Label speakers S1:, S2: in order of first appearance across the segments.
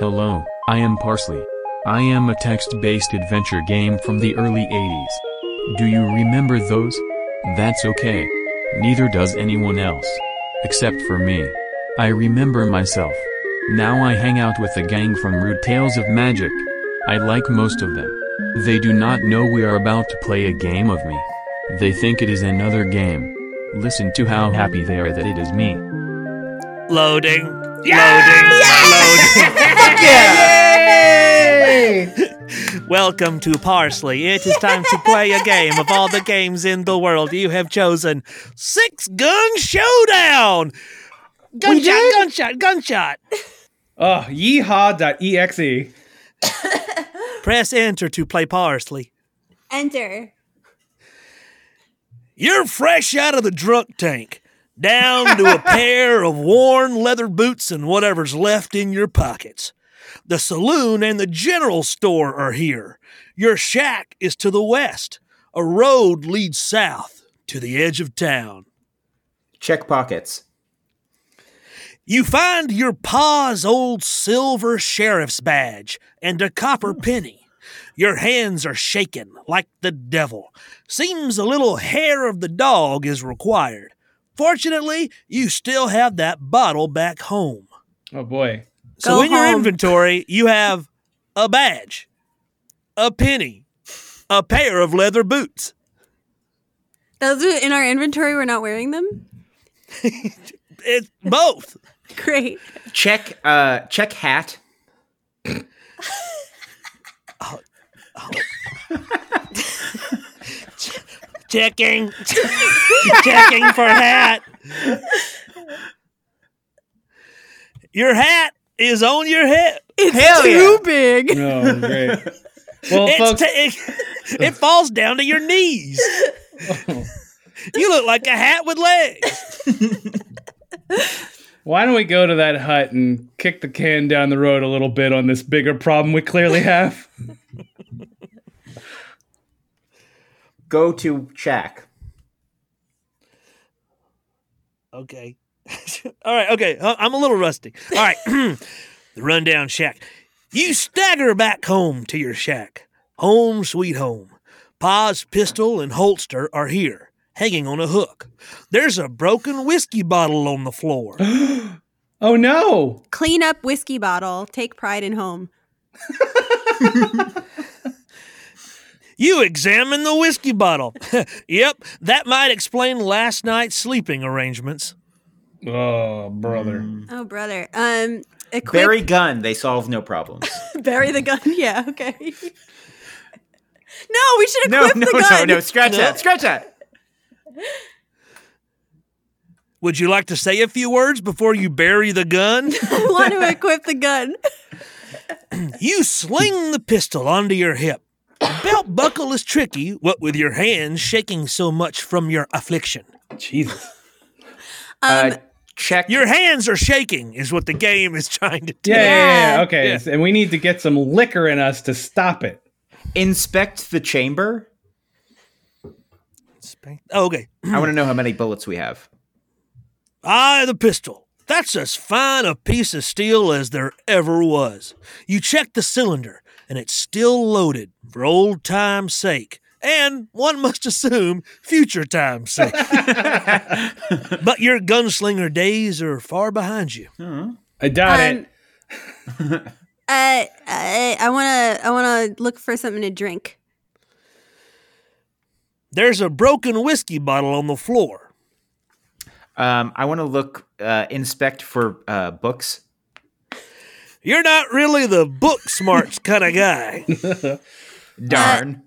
S1: Hello, I am Parsley. I am a text-based adventure game from the early 80s. Do you remember those? That's okay. Neither does anyone else. Except for me. I remember myself. Now I hang out with a gang from Rude Tales of Magic. I like most of them. They do not know we are about to play a game of me. They think it is another game. Listen to how happy they are that it is me.
S2: Loading. Loading.
S3: Yay!
S2: Loading. Welcome to Parsley. It is time to play a game of all the games in the world. You have chosen Six Gun Showdown. Gunshot,
S3: did?
S2: gunshot, gunshot.
S4: Oh, yeehaw.exe.
S2: Press enter to play Parsley.
S3: Enter.
S2: You're fresh out of the drunk tank, down to a pair of worn leather boots and whatever's left in your pockets. The saloon and the general store are here. Your shack is to the west. A road leads south to the edge of town.
S5: Check pockets.
S2: You find your pa's old silver sheriff's badge and a copper
S3: Hmm.
S2: penny. Your hands are shaking like the devil. Seems a little hair of the dog is required. Fortunately, you still have that bottle back home.
S4: Oh boy.
S2: So
S3: Go
S2: in your
S3: home.
S2: inventory, you have a badge, a penny, a pair of leather boots.
S3: Those are in our inventory. We're not wearing them.
S2: It's both.
S3: Great.
S5: Check uh check hat.
S2: checking, checking for hat. Your hat is on your head.
S3: It's
S5: Hell
S3: too
S5: yeah.
S3: big.
S4: Oh, great. Well,
S2: It's
S4: folks,
S2: ta- it, it falls down to your knees. You look like a hat with legs.
S4: why don't we go to that hut and kick the can down the road a little bit on this bigger problem we clearly have?
S5: Go to check.
S2: Okay. All right. Okay. Uh, I'm a little rusty. All right. the rundown shack. You stagger back home to your shack. Home, sweet home. Pa's pistol and holster are here, hanging on a hook. There's a broken whiskey bottle on the floor.
S4: Oh no.
S3: Clean up whiskey bottle. Take pride in home.
S2: You examine the whiskey bottle. yep, that might explain last night's sleeping arrangements.
S4: Oh, brother.
S2: Mm.
S3: Oh brother. Um. Equip,
S5: Bury gun, they solve no problems.
S3: bury the gun. Yeah. Okay. no, we should
S5: no,
S3: equip
S5: no,
S3: the
S5: no,
S3: gun.
S5: no, scratch that, scratch that.
S2: Would you like to say a few words before you bury the gun?
S3: I want to equip the gun.
S2: You sling the pistol onto your hip. The belt buckle is tricky, what with your hands shaking so much from your affliction.
S4: Jesus.
S5: Uh,
S3: Um,
S5: check
S2: Your hands are shaking, is what the game is trying to do.
S4: Yeah, yeah,
S3: Yeah.
S4: yeah. Okay.
S2: Yeah.
S4: And we need to get some liquor in us to stop it.
S5: inspect the chamber.
S2: Oh, okay.
S5: I want to know how many bullets we have.
S2: Eye the pistol. That's as fine a piece of steel as there ever was. You check the cylinder, and it's still loaded for old time's sake, and one must assume future time's sake. but your gunslinger days are far behind you.
S4: I doubt
S3: Um,
S4: it.
S3: uh, I, I wanna, I wanna look for something to drink.
S2: There's a broken whiskey bottle on the floor.
S5: Um, I want to look uh, inspect for uh, books.
S2: You're not really the book smarts kind of guy.
S5: Darn.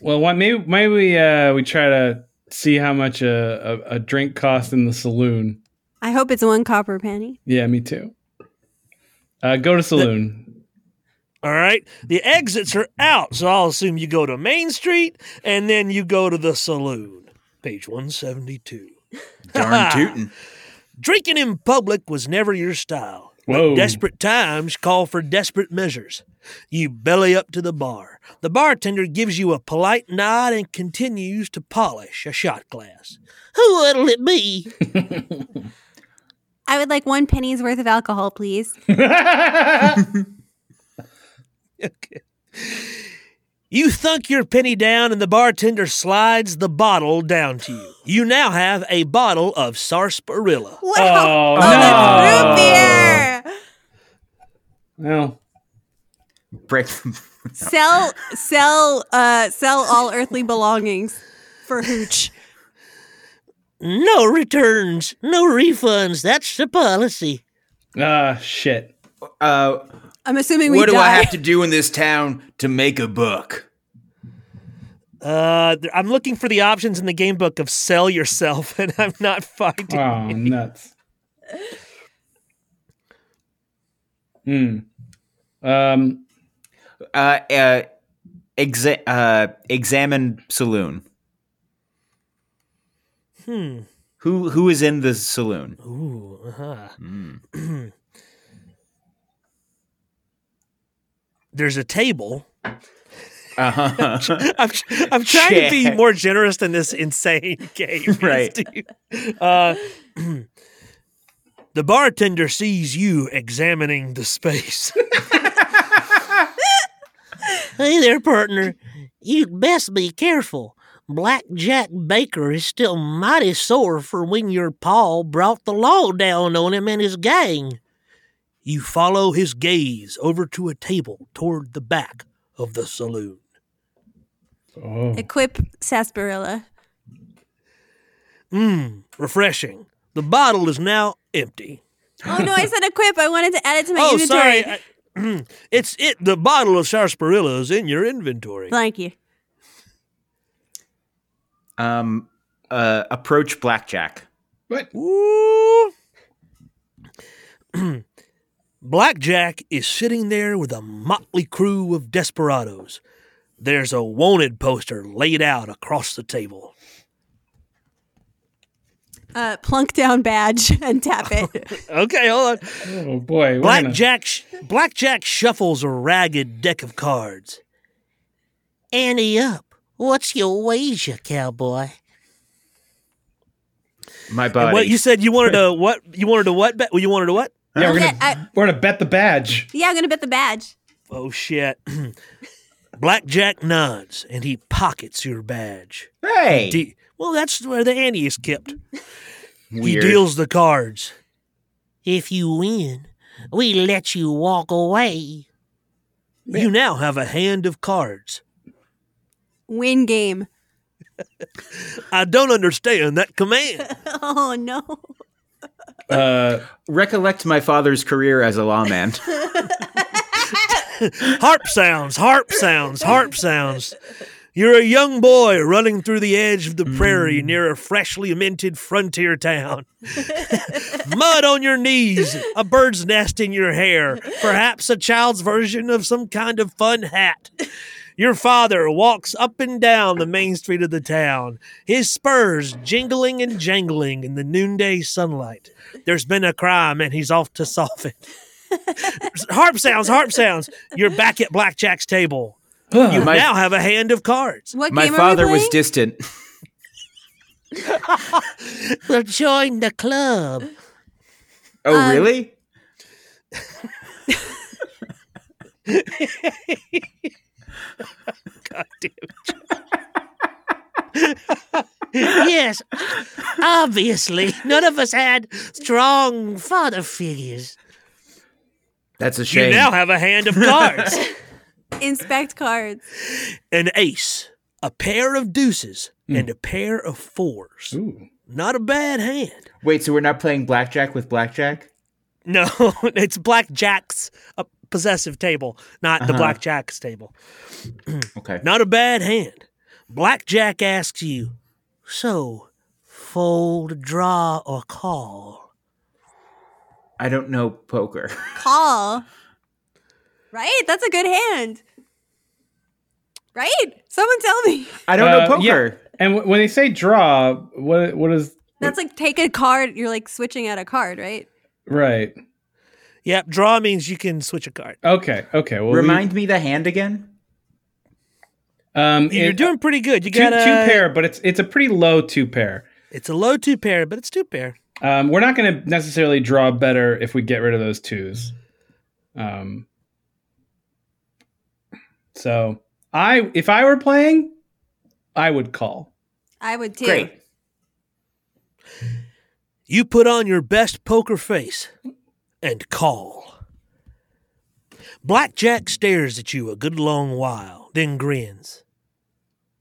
S4: Well, why, maybe maybe we, uh, we try to see how much a, a, a drink costs in the saloon.
S3: I hope it's one copper penny.
S4: Yeah, me too. Uh, go to saloon.
S2: All right. The exits are out, so I'll assume you go to Main Street and then you go to the saloon. Page 172.
S3: Uh,
S5: Darn tootin'.
S2: Drinking in public was never your style.
S4: Whoa.
S2: Desperate times call for desperate measures. You belly up to the bar. The bartender gives you a polite nod and continues to polish a shot glass. What'll it be?
S3: I would like one penny's worth of alcohol, please.
S2: Okay. You thunk your penny down, and the bartender slides the bottle down to you. You now have a bottle of sarsaparilla.
S3: Wow.
S4: Oh,
S3: that's root
S4: no.
S3: beer.
S4: Well,
S5: Break.
S3: Sell, sell, uh, sell all earthly belongings for hooch.
S2: No returns, no refunds. That's the policy.
S4: ah, shit.
S5: uh,
S3: I'm assuming we
S6: what do
S3: die.
S6: I have to do in this town to make a buck?
S2: Uh, th- I'm looking for the options in the game book of sell yourself, and I'm not finding.
S4: Oh, nuts. Hmm. Um.
S5: uh, uh, exa- uh, examine saloon.
S2: Hmm.
S5: Who who is in the saloon?
S2: Ooh. Uh-huh.
S5: Mm.
S2: There's a table.
S5: Uh-huh.
S2: I'm, tr- I'm trying to be
S5: Check.
S2: more generous than this insane game.
S5: Right.
S2: Steve. Uh, the bartender sees you examining the space. hey there, partner. You'd best be careful. Blackjack Baker is still mighty sore for when your paw brought the law down on him and his gang. You follow his gaze over to a table toward the back of the saloon.
S4: Oh.
S3: Equip sarsaparilla.
S2: Mmm, refreshing. The bottle is now empty.
S3: Oh no, I said equip. I wanted to add it to my
S2: oh,
S3: inventory.
S2: sorry. I- it's it. The bottle of sarsaparilla is in your inventory.
S3: Thank you.
S5: um, uh, approach blackjack.
S4: What?
S2: Ooh. Blackjack is sitting there with a motley crew of desperados. There's a wanted poster laid out across the table.
S3: Uh, plunk down badge and tap it.
S2: Okay, hold on.
S4: Oh boy. we're in a-
S2: Blackjack sh- Blackjack shuffles a ragged deck of cards. Annie up. What's your wager, cowboy?
S5: My
S2: And
S5: buddy.
S2: What you said you wanted to what you wanted to what bet you wanted to what?
S4: Yeah, we're
S3: Okay,
S4: gonna
S3: I-
S4: we're gonna bet the badge.
S3: yeah, I'm gonna bet the badge.
S2: Oh shit. Blackjack nods and he pockets your badge.
S5: hey,
S2: D- well, that's where the Annie is kept.
S5: weird.
S2: He deals the cards. If you win, we let you walk away. You now have a hand of cards.
S3: Win game.
S2: I don't understand that command.
S3: Oh no.
S4: Uh.
S5: Recollect my father's career as a lawman.
S2: harp sounds, harp sounds, harp sounds. You're a young boy running through the edge of the prairie near a freshly minted frontier town. Mud on your knees, a bird's nest in your hair, perhaps a child's version of some kind of fun hat. Your father walks up and down the main street of the town, his spurs jingling and jangling in the noonday sunlight. There's been a crime and he's off to solve it. harp sounds, harp sounds. You're back at Blackjack's table. You
S5: My-
S2: now have a hand of cards.
S3: What
S5: my
S3: game
S5: father
S3: are we
S5: was
S3: playing?
S5: distant.
S2: Well, join the club.
S5: Oh,
S3: Um,
S5: really?
S2: yes, obviously. None of us had strong father figures.
S5: That's a shame.
S2: You now have a hand of cards.
S3: Inspect cards.
S2: An ace, a pair of deuces, and a pair of fours.
S4: Ooh.
S2: Not a bad hand.
S5: Wait, so we're not playing blackjack with blackjack?
S2: No, it's Blackjack's a possessive table, not the
S5: Uh-huh.
S2: Blackjack's table.
S5: Okay.
S2: Not a bad hand. Blackjack asks you, so fold, draw, or call?
S5: I don't know poker.
S3: Call. Right? That's a good hand. Right? Someone tell me.
S5: I don't know
S4: Uh, yeah.
S5: poker.
S4: And w- when they say draw, what what is
S3: That's like take a card. You're like switching out a card, right?
S4: right?
S2: Yep, draw means you can switch a card.
S4: Okay. Okay. Well, we-
S5: Remind me the hand again.
S4: um,
S2: You're
S4: it-
S2: doing pretty good. You
S4: two,
S2: got
S4: two
S2: a
S4: pair, but it's it's a pretty low two pair.
S2: It's a low two pair, but it's two pair.
S4: Um, we're not going to necessarily draw better if we get rid of those twos. Um, So I, if I were playing, I would call.
S3: I would too.
S5: Great.
S2: You put on your best poker face and call. Blackjack stares at you a good long while, then grins.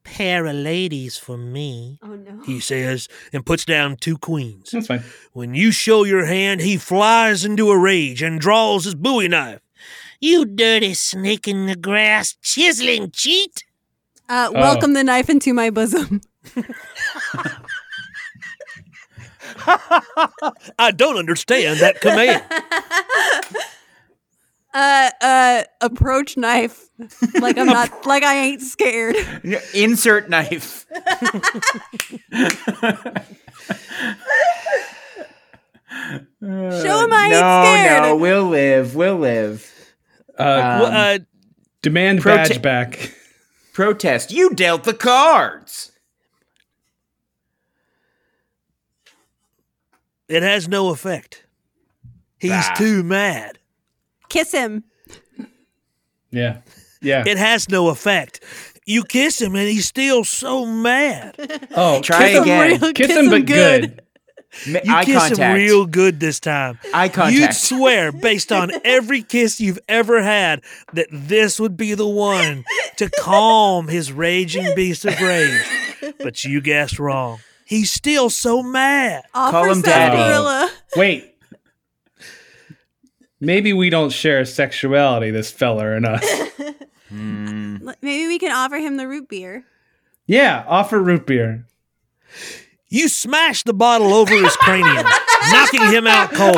S2: Pair of ladies for me,
S3: Oh no.
S2: he says, and puts down two queens.
S4: That's fine.
S2: When you show your hand, he flies into a rage and draws his bowie knife. You dirty snake in the grass, chiseling cheat!
S3: Uh, welcome
S4: Oh.
S3: the knife into my bosom.
S2: I don't understand that command.
S3: Uh, uh, approach knife. Like I'm not. like I ain't scared.
S5: Uh, Insert knife.
S3: Show him I
S5: no,
S3: ain't scared.
S5: no, we'll live. We'll live.
S4: Uh,
S2: Well, uh,
S4: demand
S5: prote-
S4: badge back.
S5: Protest. You dealt the cards.
S2: it has no effect. He's
S5: Ah.
S2: too mad.
S3: Kiss him.
S4: Yeah. Yeah.
S2: It has no effect. You kiss him and he's still so mad.
S4: oh,
S5: Try
S3: Kiss him
S5: again.
S4: kiss,
S3: real- kiss
S4: him,
S3: him
S4: but good.
S3: good.
S5: Ma-
S2: You
S5: Eye
S2: kiss him
S5: contact.
S2: real good this time.
S5: Eye
S2: You'd
S5: contact.
S2: swear, based on every kiss you've ever had, that this would be the one to calm his raging beast of rage. But you guessed wrong. He's still so mad.
S3: Offer
S5: Call him
S3: some
S5: daddy.
S3: gorilla.
S4: Wait. Maybe we don't share sexuality, this feller and us.
S5: Mm.
S3: L- Maybe we can offer him the root beer.
S4: Yeah, offer root beer.
S2: You smash the bottle over his cranium, knocking him out cold.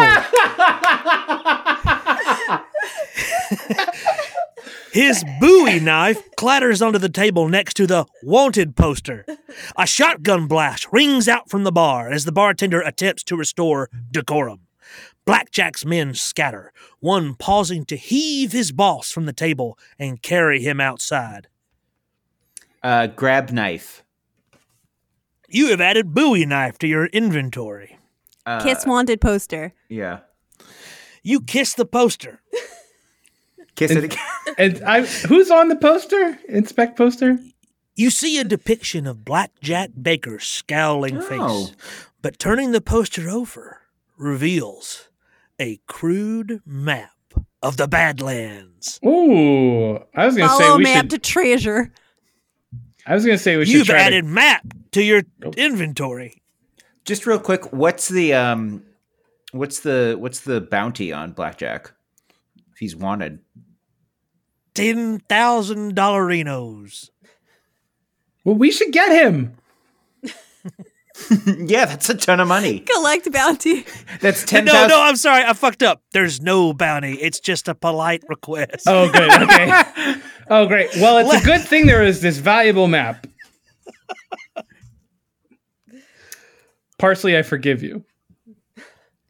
S2: His bowie knife clatters onto the table next to the wanted poster. A shotgun blast rings out from the bar as the bartender attempts to restore decorum. Blackjack's men scatter, one pausing to heave his boss from the table and carry him outside.
S5: uh, grab knife.
S2: You have added bowie knife to your inventory.
S5: Uh,
S3: Kiss wanted poster.
S5: Yeah.
S2: You kiss the poster.
S5: Kiss it again.
S4: And I who's on the poster? Inspect poster?
S2: You see a depiction of Blackjack Baker's scowling
S5: Oh.
S2: face, but turning the poster over reveals a crude map of the Badlands.
S4: Ooh. I was gonna say
S3: Follow
S4: we
S3: map
S4: should
S3: to treasure.
S4: I was gonna say we should
S2: You've
S4: try
S2: added map to your inventory.
S5: Just real quick. What's the um, what's the what's the bounty on blackjack? If he's wanted.
S2: Ten thousand dollarinos.
S4: to, Well we should get him.
S5: yeah, that's a ton of money.
S3: Collect bounty.
S5: That's ten
S2: No,
S5: thousand.
S2: no, I'm sorry, I fucked up. There's no bounty. It's just a polite request.
S4: Oh good, okay. oh great. Well it's a good thing there is this valuable map. Parsley, I forgive you.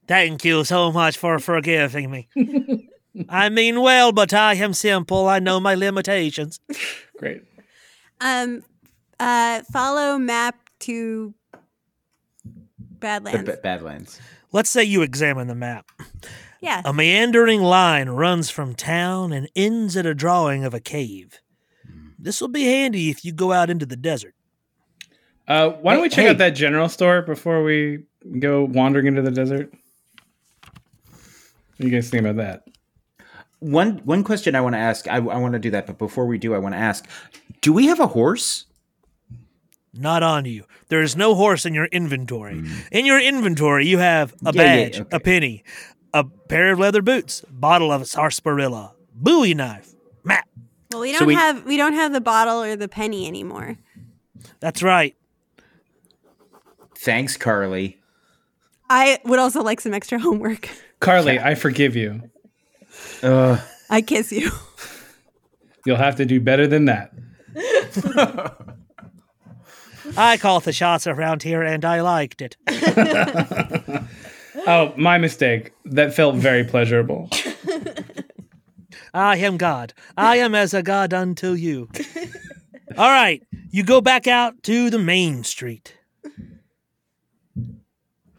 S2: Thank you so much for forgiving me. I mean well, but I am simple. I know my limitations.
S4: Great.
S3: Um, uh, follow map to
S5: The
S3: Badlands.
S5: B- Badlands.
S2: Let's say you examine the map.
S3: yeah.
S2: A meandering line runs from town and ends at a drawing of a cave.
S5: Hmm.
S2: This will be handy if you go out into the desert.
S4: Uh, why don't we check
S5: Hey,
S4: out that general store before we go wandering into the desert? What do you guys think about that?
S5: One one question I want to ask. I, I want to do that, but before we do, I want to ask: Do we have a horse?
S2: Not on you. There is no horse in your inventory. In your inventory, you have a
S5: Hmm. Yeah, yeah,
S2: badge,
S5: okay.
S2: a penny, a pair of leather boots, bottle of sarsaparilla, bowie knife, map.
S3: Well, we
S5: So
S3: don't
S5: we-
S3: have we don't have the bottle or the penny anymore.
S2: That's right.
S5: Thanks, Carly.
S3: I would also like some extra homework.
S4: Carly, I forgive you.
S5: Uh,
S3: I kiss you.
S4: You'll have to do better than that.
S2: I call the shots around here and I liked it.
S4: Oh, my mistake. That felt very pleasurable.
S2: I am God. I am as a God unto you. All right, you go back out to the main street.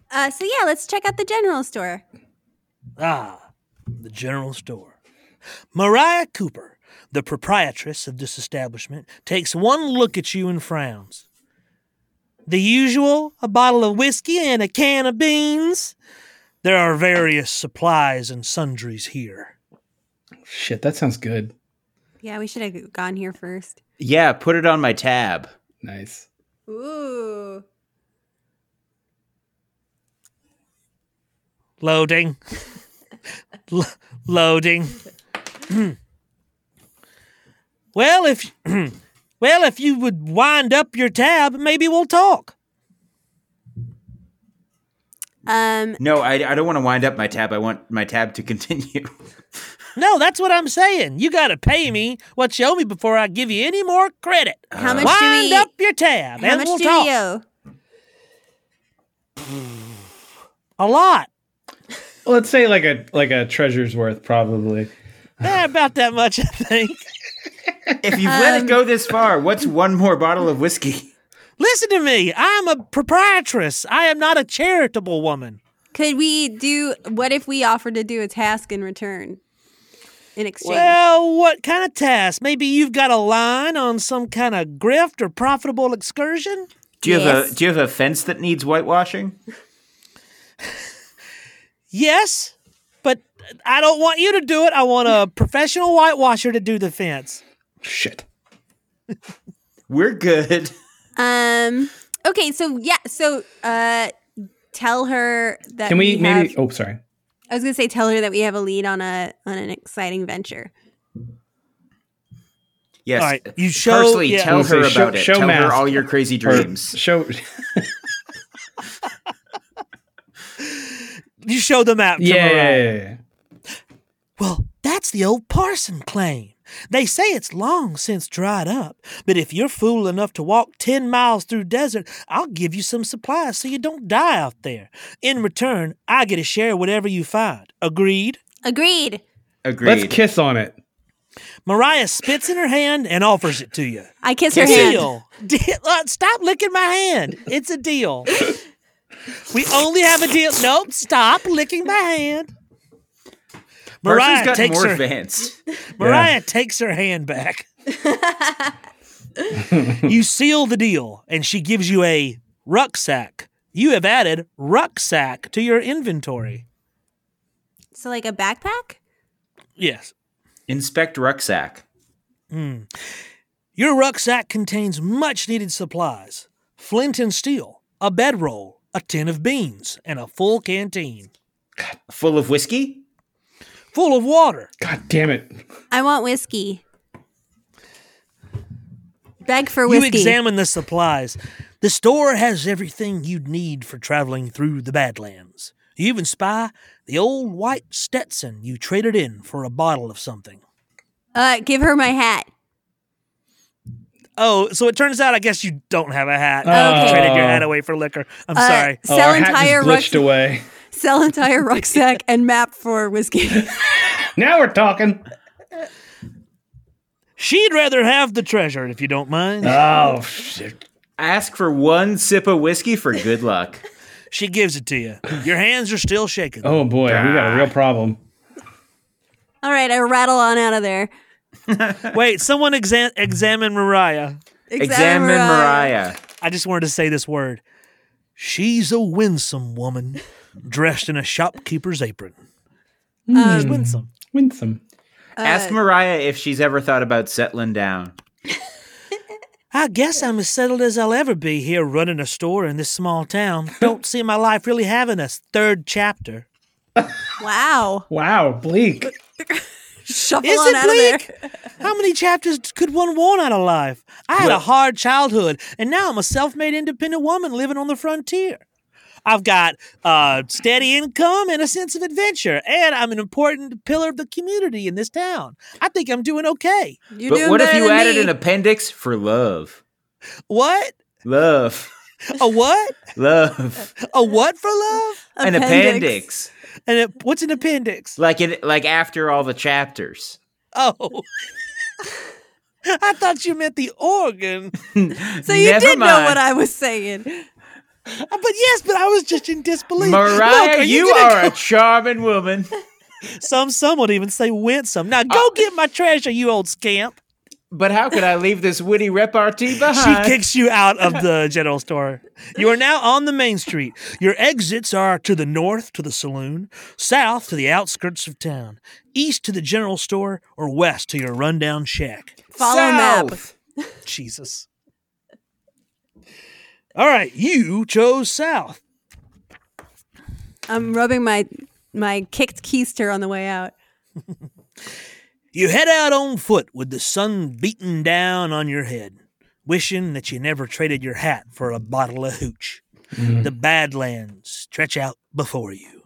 S3: Uh, so yeah, let's check out the general store.
S2: Ah, the general store. Mariah Cooper the proprietress of this establishment, takes one look at you and frowns. The usual a bottle of whiskey and a can of beans. There are various supplies and sundries here.
S4: Shit, that sounds good.
S3: Yeah, we should have gone here first.
S5: Yeah, put it on my tab.
S4: Nice.
S3: Ooh.
S2: Loading. Lo- loading. well, if well, if you would wind up your tab, maybe we'll talk.
S3: Um,
S5: No, I, I don't want to wind up my tab. I want my tab to continue.
S2: No, that's what I'm saying. You got to pay me what you owe me before I give you any more credit.
S3: how much do
S2: Wind
S3: we?
S2: up your tab,
S3: how
S2: and
S3: much
S2: we'll
S3: do
S2: talk.
S3: we owe?
S2: A lot.
S4: Let's say like a like a treasure's worth, probably.
S2: Yeah, Eh, about that much, I think.
S5: if you let it go
S2: Um,
S5: this far, what's one more bottle of whiskey?
S2: Listen to me. I'm a proprietress. I am not a charitable woman.
S3: Could we do? What if we offered to do a task in return? In exchange,
S2: Well, what kind of task? Maybe you've got a line on some kind of grift or profitable excursion?
S5: Do you have
S3: Yes.
S5: a do you have a fence that needs whitewashing?
S2: Yes, but I don't want you to do it. I want a professional whitewasher to do the fence.
S4: Shit.
S5: We're good.
S3: um, okay, so yeah, so uh, tell her that
S4: Can we,
S3: have-
S4: maybe? Oh, sorry.
S3: I was gonna say tell her that we have a lead on a on an exciting venture.
S5: Yes.
S2: All right, you show-
S5: Firstly,
S2: yeah.
S5: tell
S4: We'll say
S5: her
S4: show-
S5: about it.
S4: show
S5: tell her
S4: mask.
S5: all your crazy
S4: Or
S5: dreams.
S4: show.
S2: You show the map. to
S4: yeah,
S2: Mariah.
S4: yeah, yeah.
S2: Well, that's the old parson claim. They say it's long since dried up, but if you're fool enough to walk 10 miles through desert, I'll give you some supplies so you don't die out there. In return, I get to share whatever you find. Agreed?
S3: Agreed.
S5: Agreed.
S4: Let's kiss on it.
S2: Mariah spits in her hand and offers it to you.
S3: I kiss her hand.
S2: Deal. Deal. Uh, Stop licking my hand. It's a deal. We only have a deal. Nope, stop licking my hand.
S5: Parsons
S2: Mariah
S5: got
S2: takes
S5: more
S2: her
S5: advanced.
S2: Mariah takes her hand back. you seal the deal, and she gives you a rucksack. You have added rucksack to your inventory.
S3: So like a backpack.
S2: Yes.
S5: Inspect rucksack.
S2: Your rucksack contains much needed supplies flint and steel, a bedroll, a tin of beans, and a full canteen
S5: Full of whiskey?
S2: full of water.
S4: God damn it.
S3: I want whiskey. Beg for whiskey.
S2: You examine the supplies. The store has everything you'd need for traveling through the Badlands. You even spy the old white Stetson you traded in for a bottle of something.
S3: uh, give her my hat.
S2: Oh, so it turns out I guess you don't have a hat. You
S3: Oh. Okay.
S2: traded your hat away for liquor. I'm
S3: Uh,
S2: sorry.
S4: Oh,
S3: Sell
S4: our hat
S3: entire
S4: just glitched
S3: rucksack.
S4: away.
S3: Sell entire rucksack and map for whiskey.
S4: Now we're talking.
S2: She'd rather have the treasure if you don't mind.
S4: Oh shit.
S5: Ask for one sip of whiskey for good luck.
S2: she gives it to you. Your hands are still shaking.
S4: Oh boy, we got
S5: Ah.
S4: a real problem.
S3: All right, I rattle on out of there.
S2: Wait, someone exa- examine Mariah.
S5: Examine Mariah.
S2: I just wanted to say this word. She's a winsome woman dressed in a shopkeeper's apron. She's winsome.
S4: Winsome.
S5: Ask Mariah if she's ever thought about settling down.
S2: I guess I'm as settled as I'll ever be here running a store in this small town. Don't see my life really having a third chapter.
S3: Wow.
S4: Wow, bleak.
S3: Shuffle
S2: Is
S3: on out
S2: it
S3: of there.
S2: bleak? How many chapters could one want out of life? I had a hard childhood, and now I'm a self-made independent woman living on the frontier. I've got uh, steady income and a sense of adventure, and I'm an important pillar of the community in this town. I think I'm doing okay.
S3: You're
S5: but
S3: doing
S5: what if
S3: better
S5: you
S3: than
S5: added
S3: me.
S5: an appendix for love?
S2: What?
S5: Love.
S2: A what?
S5: Love.
S2: A what for love?
S5: An appendix.
S2: And it, what's an appendix?
S5: Like in like after all the chapters.
S2: Oh. I thought you meant the organ.
S3: So you
S5: Never
S3: did know
S5: mind.
S3: what I was saying.
S2: But yes, but I was just in disbelief. Look,
S5: Mariah,
S2: are
S5: you,
S2: gonna
S5: are a charming woman.
S2: some some would even say winsome. Now go get my treasure, you old scamp.
S5: But how could I leave this witty repartee
S2: She
S5: behind?
S2: kicks you out of the general store. You are now on the main street. Your exits are to the north to the saloon, south to the outskirts of town, east to the general store, or west to your rundown shack.
S3: Follow map.
S5: South.
S2: Jesus. All right, you chose south.
S3: I'm rubbing my my kicked keister on the way out.
S2: You head out on foot with the sun beating down on your head, wishing that you never traded your hat for a bottle of hooch. The Badlands stretch out before you.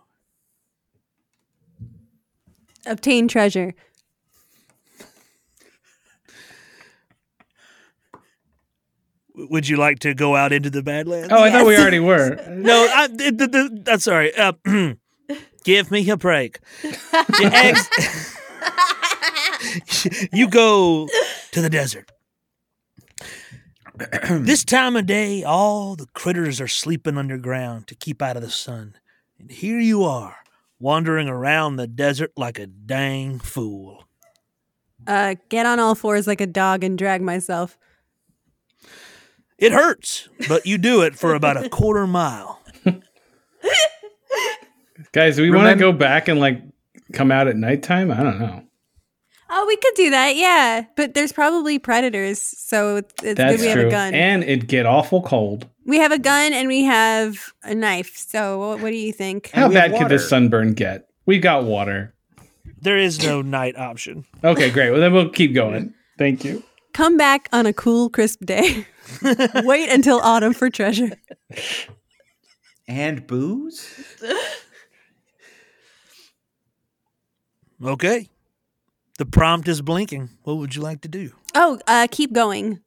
S3: Obtain treasure.
S2: W- Would you like to go out into the Badlands?
S4: Oh, I thought we
S3: Yes.
S4: already were.
S2: No, I, th- th- th- that's all right. Uh, give me a break. You, ex- you go to the desert. this time of day, all the critters are sleeping underground to keep out of the sun. And here you are, wandering around the desert like a dang fool.
S3: Uh, get on all fours like a dog and drag myself.
S2: It hurts, but you do it for about a quarter mile.
S4: Guys, do we want to
S5: Remem-
S4: go back and like come out at nighttime? I don't know.
S3: Oh, we could do that, yeah. But there's probably predators, so it's good
S4: That's
S3: we have
S4: true.
S3: a gun.
S4: And it'd get awful cold.
S3: we have a gun and we have a knife. So what, what do you think?
S5: And
S4: How
S5: we have
S4: bad could this
S5: water.
S4: sunburn get? We got water.
S2: There is no night option.
S4: Okay, great. Well, then we'll keep going. Thank you.
S3: Come back on a cool, crisp day. Wait until autumn for treasure.
S5: And booze?
S2: Okay. The prompt is blinking. What would you like to do?
S3: Oh, uh, keep going.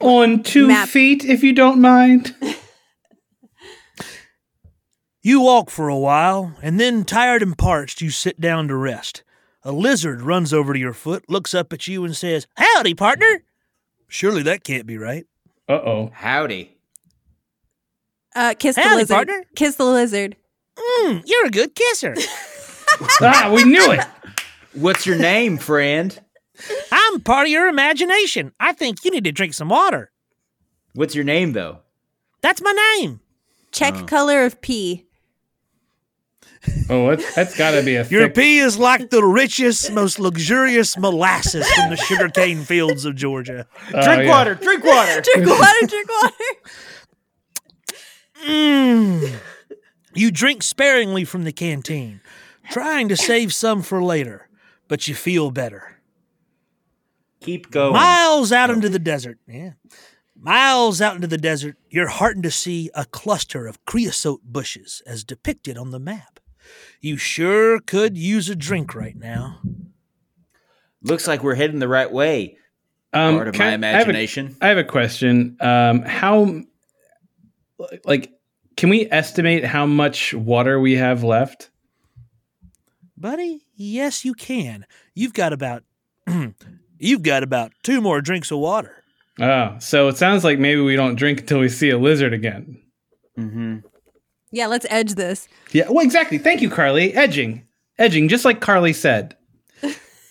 S4: On two
S3: Map.
S4: feet, if you don't mind.
S2: You walk for a while, and then, tired and parched, you sit down to rest. A lizard runs over to your foot, looks up at you, and says, Howdy, partner! Surely that can't be right.
S4: Uh oh.
S5: Howdy.
S3: Uh, kiss the
S2: Howdy,
S3: lizard.
S2: partner.
S3: Kiss the lizard.
S2: Mmm, you're a good kisser.
S4: Ah, we knew it.
S5: What's your name, friend?
S2: I'm part of your imagination. I think you need to drink some water.
S5: What's your name, though?
S2: That's my name.
S3: Check color of pee.
S4: Oh, that's, that's got to be a
S2: Your
S4: thick.
S2: pee is like the richest, most luxurious molasses from the sugarcane fields of Georgia.
S4: oh,
S5: drink
S4: yeah.
S5: water, drink water.
S3: Drink water. Drink water.
S2: Mm. You drink sparingly from the canteen, trying to save some for later, but you feel better.
S5: Keep going.
S2: Miles out into the desert, yeah. Miles out into the desert, you're heartened to see a cluster of creosote bushes as depicted on the map. You sure could use a drink right now.
S5: Looks like we're heading the right way.
S4: Um,
S5: Part of
S4: can-
S5: my
S4: I have a-
S5: imagination.
S4: I have a question. Um, how, like, can we estimate how much water we have left?
S2: Buddy, yes you can. You've got about you've got about two more drinks of water.
S4: Oh, so it sounds like maybe we don't drink until we see a lizard again.
S5: mm-hmm.
S3: Yeah, let's edge this.
S4: Yeah. Well, exactly. Thank you, Carly. Edging, edging, just like Carly said.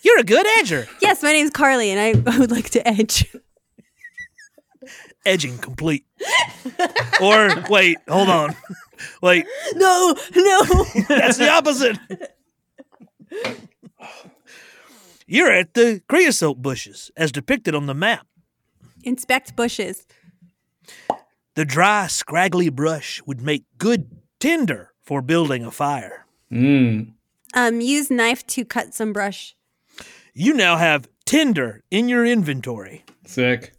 S2: You're a good edger.
S3: Yes, my name's Carly, and I, I would like to edge.
S2: edging complete. or wait, hold on. Wait,
S3: No, no.
S2: that's the opposite. You're at the creosote bushes as depicted on the map.
S3: Inspect bushes.
S2: The dry, scraggly brush would make good tinder for building a fire.
S4: Mm.
S3: Um, use knife to cut some brush.
S2: You now have tinder in your inventory.
S4: Sick.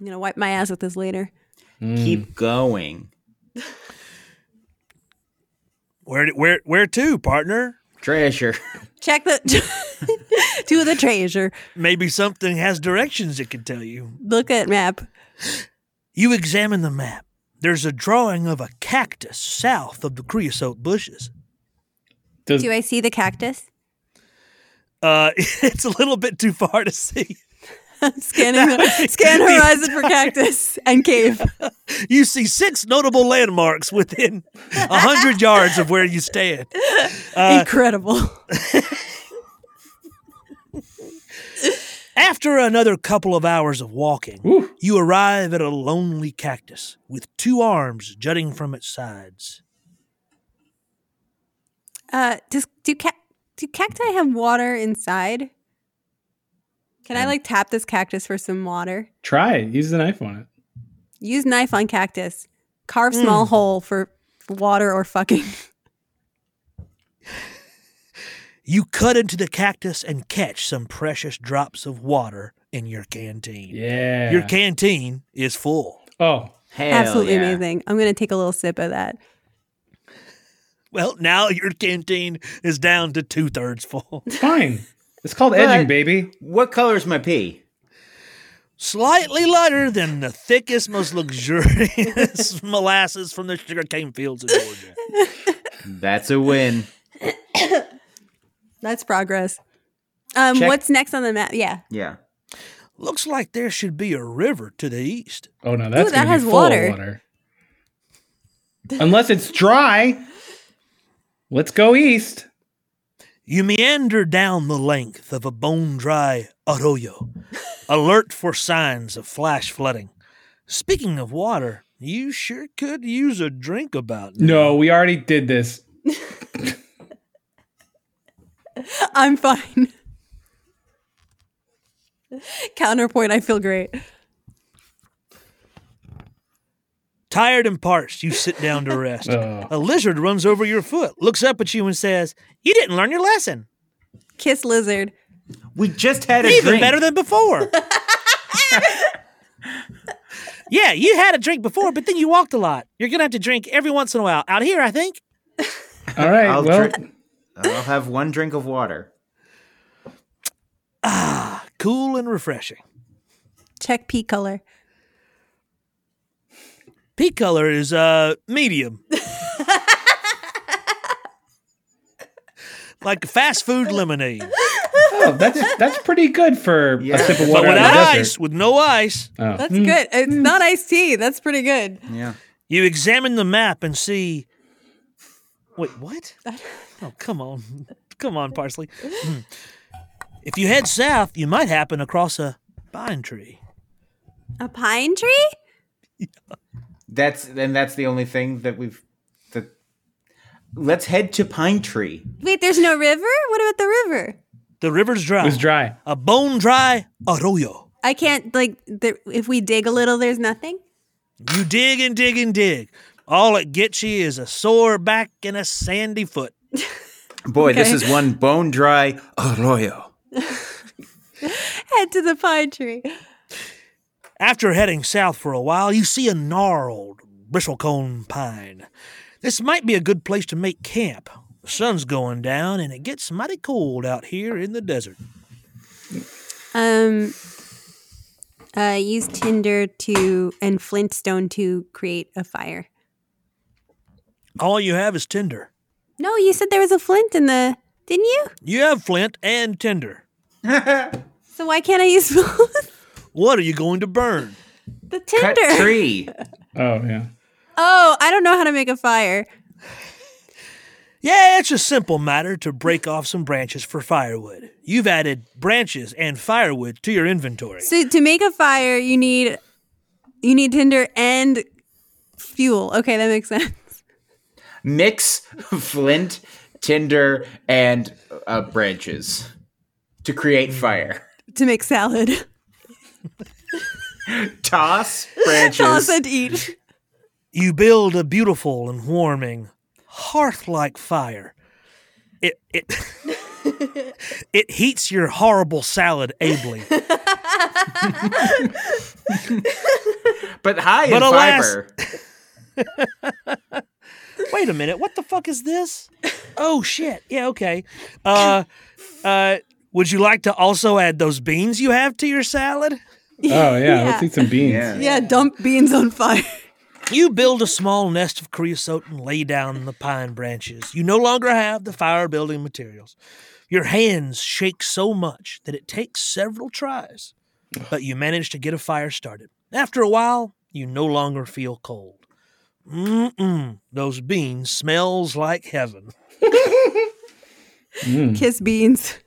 S3: I'm gonna wipe my ass with this later.
S5: Keep going.
S2: Where where where to, partner?
S5: Treasure.
S3: Check the to the treasure.
S2: Maybe something has directions it could tell you.
S3: Look at map.
S2: You examine the map. There's a drawing of a cactus south of the creosote bushes.
S4: Does
S3: Do I see the cactus?
S2: Uh, it's a little bit too far to see.
S3: scanning scan horizon for cactus and cave.
S2: You see six notable landmarks within a hundred yards of where you stand. Uh,
S3: Incredible.
S2: After another couple of hours of walking,
S4: Woo.
S2: you arrive at a lonely cactus with two arms jutting from its sides.
S3: Uh, does do ca- do cacti have water inside? Can I like tap this cactus for some water?
S4: Try it. Use the knife on it.
S3: Use knife on cactus. Carve small hole for water or fucking.
S2: You cut into the cactus and catch some precious drops of water in your canteen.
S4: Yeah.
S2: Your canteen is full.
S4: oh,
S5: Hell
S3: Absolutely
S5: yeah.
S3: amazing. I'm gonna take a little sip of that.
S2: Well, now your canteen is down to two thirds full.
S4: fine. It's called edging, baby.
S5: What color is my pee?
S2: Slightly lighter than the thickest, most luxurious molasses from the sugarcane fields in Georgia.
S5: That's a win.
S3: That's progress. Um,
S5: Check.
S3: what's next on the map? Yeah.
S5: Yeah.
S2: Looks like there should be a river to the east.
S4: Oh no, that's
S3: Ooh,
S4: gonna
S3: that
S4: be
S3: has
S4: full
S3: water.
S4: Of water. Unless it's dry. Let's go east.
S2: You meander down the length of a bone dry arroyo, alert for signs of flash flooding. Speaking of water, you sure could use a drink about now.
S4: No, we already did this.
S3: I'm fine. Counterpoint, I feel great.
S2: Tired and parched, you sit down to rest.
S4: Oh.
S2: A lizard runs over your foot, looks up at you, and says, You didn't learn your lesson.
S3: Kiss lizard.
S5: We just had a
S2: Even
S5: drink.
S2: better than before. yeah, you had a drink before, but then you walked a lot. You're going to have to drink every once in a while. Out here, I think.
S4: All right.
S5: I'll
S4: well,
S5: drink- I'll have one drink of water.
S2: Cool and refreshing.
S3: Check pea color.
S2: Pea color is uh medium. like fast food lemonade.
S4: oh, that's that's pretty good for
S5: Yeah.
S4: a sip of
S2: But
S4: water. out
S2: without
S4: of the
S2: ice,
S4: desert.
S2: with no ice.
S4: Oh.
S3: That's good. It's not iced tea. That's pretty good.
S5: Yeah.
S2: You examine the map and see Wait, what? Oh, come on. Come on, Parsley. Hmm. If you head south, you might happen across a pine tree.
S3: A pine tree?
S5: That's and that's the only thing that we've that let's head to Pine Tree.
S3: Wait, there's no river? What about the river?
S2: The river's
S4: It
S2: dry.
S4: was dry.
S2: A bone dry arroyo.
S3: I can't like the, if we dig a little there's nothing.
S2: You dig and dig and dig. All it gets you is a sore back and a sandy foot.
S5: Boy, this
S3: Okay.
S5: is one bone dry arroyo.
S3: Head to the pine tree.
S2: After heading south for a while, you see a gnarled bristlecone pine. This might be a good place to make camp. The sun's going down and it gets mighty cold out here in the desert.
S3: Um uh use tinder to and flintstone to create a fire.
S2: All you have is tinder.
S3: No, you said there was a flint in the didn't you?
S2: You have flint and tinder.
S3: So why can't I use both?
S2: What are you going to burn?
S3: the
S5: Cut
S3: tinder?
S5: tree.
S4: Oh yeah.
S3: Oh, I don't know how to make a fire.
S2: Yeah, it's a simple matter to break off some branches for firewood. You've added branches and firewood to your inventory.
S3: So to make a fire, you need you need tinder and fuel. Okay, that makes sense.
S5: Mix flint, tinder, and uh, branches to create fire.
S3: To make salad.
S5: Toss branches.
S3: Toss and eat.
S2: You build a beautiful and warming hearth-like fire. It it it heats your horrible salad ably.
S5: but high
S2: But
S5: in
S2: alas-
S5: fiber.
S2: Wait a minute, what the fuck is this? Oh shit. Yeah, okay. Uh uh would you like to also add those beans you have to your salad?
S4: Oh yeah.
S3: Yeah.
S4: Let's eat some beans.
S5: Yeah.
S3: Yeah, dump beans on fire.
S2: You build a small nest of creosote and lay down the pine branches. You no longer have the fire building materials. Your hands shake so much that it takes several tries. but you manage to get a fire started. After a while, you no longer feel cold. Mm-mm, those beans smells like heaven.
S5: Hmm.
S3: Kiss beans.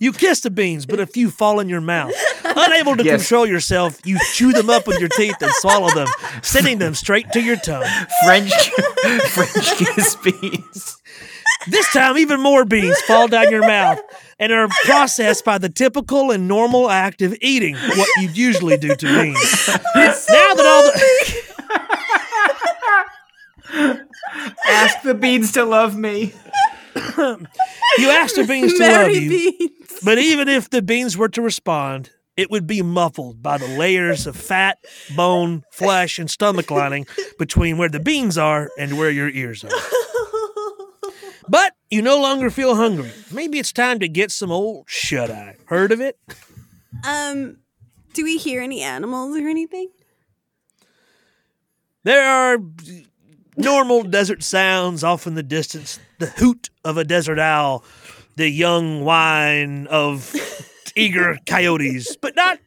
S2: You kiss the beans, but a few fall in your mouth. Unable to
S5: Yes.
S2: control yourself, you chew them up with your teeth and swallow them, sending them straight to your tongue.
S5: French French kiss beans.
S2: This time, even more beans fall down your mouth and are processed by the typical and normal act of eating, what you usually do to beans. now that all the
S5: Ask the beans to love me.
S2: you ask the beans to love
S3: Mary
S2: you,
S3: beans.
S2: but even if the beans were to respond, it would be muffled by the layers of fat, bone, flesh, and stomach lining between where the beans are and where your ears are. But you no longer feel hungry. Maybe it's time to get some old shut eye. Heard of it?
S3: Um, do we hear any animals or anything?
S2: There are normal desert sounds off in the distance the hoot of a desert owl, the young whine of eager coyotes, but not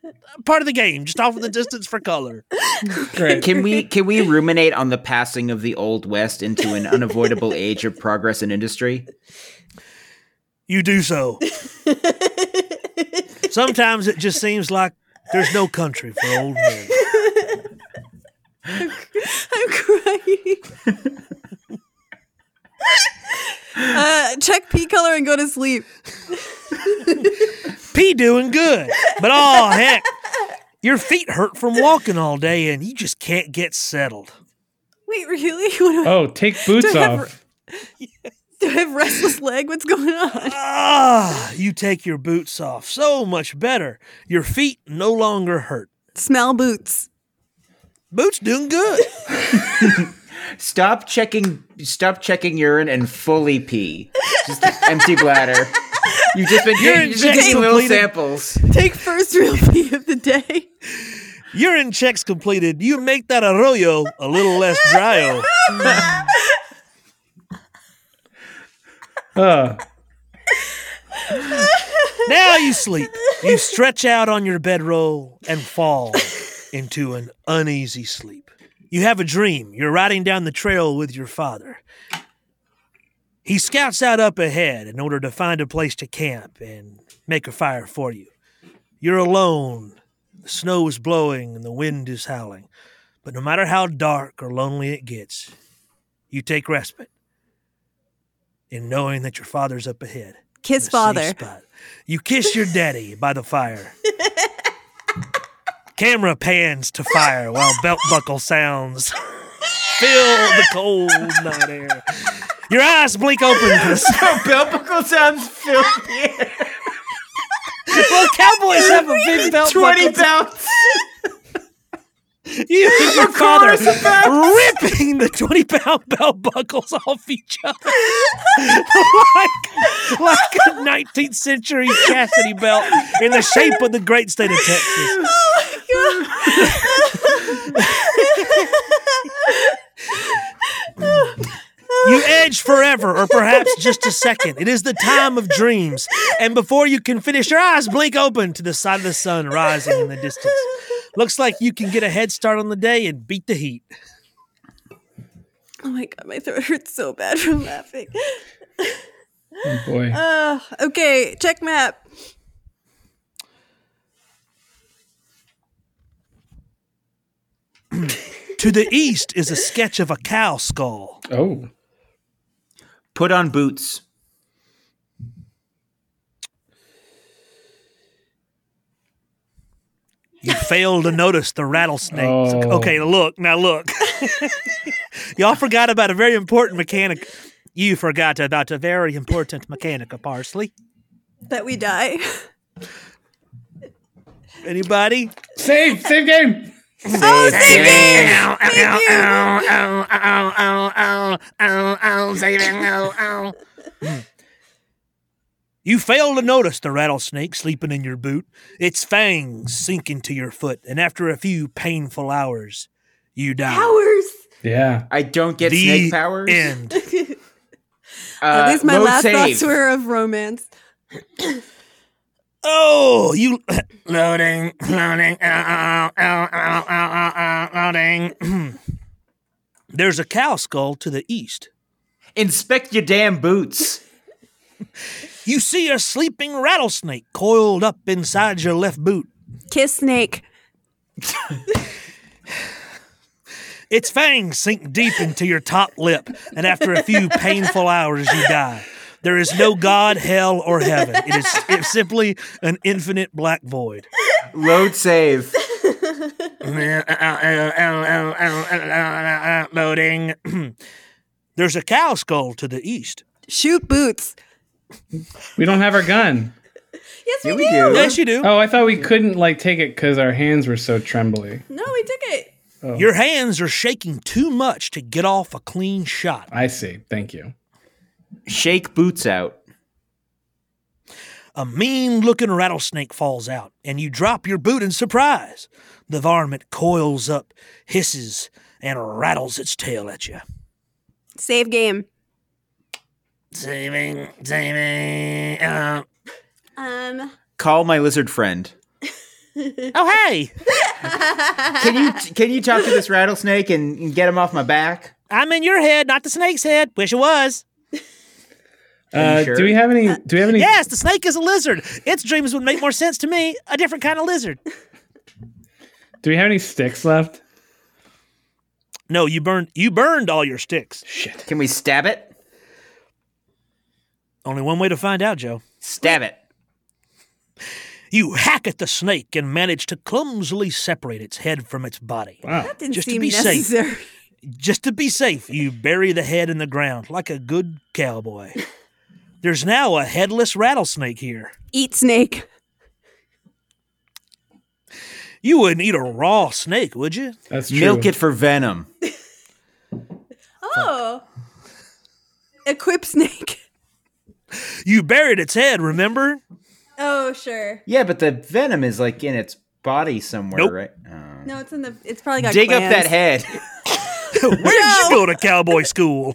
S2: part of the game, just off in the distance for color.
S4: Great.
S5: Can we can we ruminate on the passing of the old west into an unavoidable age of progress in industry?
S2: You do so. Sometimes it just seems like there's no country for old men.
S3: I'm crying. uh, check pea color and go to sleep.
S2: P doing good, but oh heck, your feet hurt from walking all day and you just can't get settled.
S3: Wait, really? What do, I,
S4: Oh, take boots
S3: Do I have-
S4: off.
S3: do I have restless leg? What's going on?
S2: Ah, you take your boots off. So much better. Your feet no longer hurt.
S3: Smell boots.
S2: Boots doing good.
S5: Stop checking stop checking urine and fully pee. Just empty bladder. You've just been
S2: Urine
S5: you've just been
S2: check's
S5: taking little
S2: completed.
S5: samples.
S3: Take first real pee of the day.
S2: Urine checks completed. You make that arroyo a little less oh. dryo.
S4: Uh,
S2: Now you sleep. You stretch out on your bedroll and fall into an uneasy sleep. You have a dream. You're riding down the trail with your father. He scouts out up ahead in order to find a place to camp and make a fire for you. You're alone. The snow is blowing and the wind is howling. But no matter how dark or lonely it gets, you take respite in knowing that your father's up ahead
S3: Kiss
S2: the safe
S3: father.
S2: spot. You kiss your daddy by the fire. Camera pans to fire while belt buckle sounds fill the cold night air. Your eyes blink open. to the sun.
S5: Belt buckle sounds filthy.
S2: well, cowboys have a big belt
S5: Twenty
S2: buckle.
S5: belts.
S2: You and your father ripping the twenty pound belt buckles off each other like like a nineteenth century chastity belt in the shape of the great state of Texas. You edge forever, or perhaps just a second. It is the time of dreams. And before you can finish, your eyes blink open to the sight of the sun rising in the distance. Looks like you can get a head start on the day and beat the heat.
S3: Oh my god, my throat hurts so bad from laughing.
S4: oh boy.
S3: Uh, okay, check map.
S2: To the east is a sketch of a cow skull.
S4: Oh.
S5: Put on boots.
S2: You fail to notice the rattlesnake.
S4: Oh.
S2: Okay, look, now look. Y'all forgot about a very important mechanic. You forgot about a very important mechanic, Parsley.
S3: That we die.
S2: Anybody?
S4: Save, save game.
S3: Oh, save game! Thank you.
S2: You fail to notice the rattlesnake sleeping in your boot, its fangs sink into your foot, and after a few painful hours, you die.
S3: Hours.
S4: Yeah.
S5: I don't get
S2: The
S5: snake powers.
S2: End.
S5: Uh,
S3: At least my
S2: Uh,
S5: load
S3: last
S5: save.
S3: thoughts were of romance.
S2: Oh, you loading, loading, ow, ow, ow, ow, ow, ow, ow, loading. There's a cow skull to the east.
S5: Inspect your damn boots.
S2: You see a sleeping rattlesnake coiled up inside your left boot.
S3: Kiss snake.
S2: Its fangs sink deep into your top lip, and after a few painful hours, you die. There is no God, hell, or heaven. It is it's simply an infinite black void.
S5: Load save.
S2: Loading. There's a cow skull to the east.
S3: Shoot boots.
S4: We don't have our gun.
S7: Yes, we, do.
S5: Here we do.
S2: Yes, you do.
S4: Oh, I thought we couldn't like take it because our hands were so trembly.
S7: No, we took it.
S2: Your hands are shaking too much to get off a clean shot.
S4: I see. Thank you.
S5: Shake boots out.
S2: A mean looking rattlesnake falls out, and you drop your boot in surprise. The varmint coils up, hisses, and rattles its tail at you.
S3: Save game.
S2: Saving, saving. Uh,
S7: Um,
S5: Call my lizard friend.
S2: oh, hey,
S5: Can you can you talk to this rattlesnake and, and get him off my back?
S2: I'm in your head, not the snake's head. Wish it was.
S5: Are you
S4: Uh,
S5: sure?
S4: Do we have any? Do we have any?
S2: Yes, the snake is a lizard. Its dreams would make more sense to me. A different kind of lizard.
S4: Do we have any sticks left?
S2: No, you burned. You burned all your sticks.
S5: Can we stab it?
S2: Only one way to find out, Joe.
S5: Stab it.
S2: You hack at the snake and manage to clumsily separate its head from its body.
S4: Wow.
S3: Didn't
S2: Just to
S3: seem
S2: be safe.
S3: necessary.
S2: Just to be safe, you bury the head in the ground like a good cowboy. There's now a headless rattlesnake here.
S3: Eat snake.
S2: You wouldn't eat a raw snake, would you?
S4: That's true.
S5: Milk it for venom.
S7: oh,
S3: Equip snake.
S2: You buried its head, remember?
S7: oh, sure.
S5: Yeah, but the venom is like in its body somewhere,
S2: Nope.
S5: right? Oh.
S3: No, it's in the. It's probably got.
S5: Dig up
S3: glands.
S5: that head.
S2: Where did you go to cowboy school?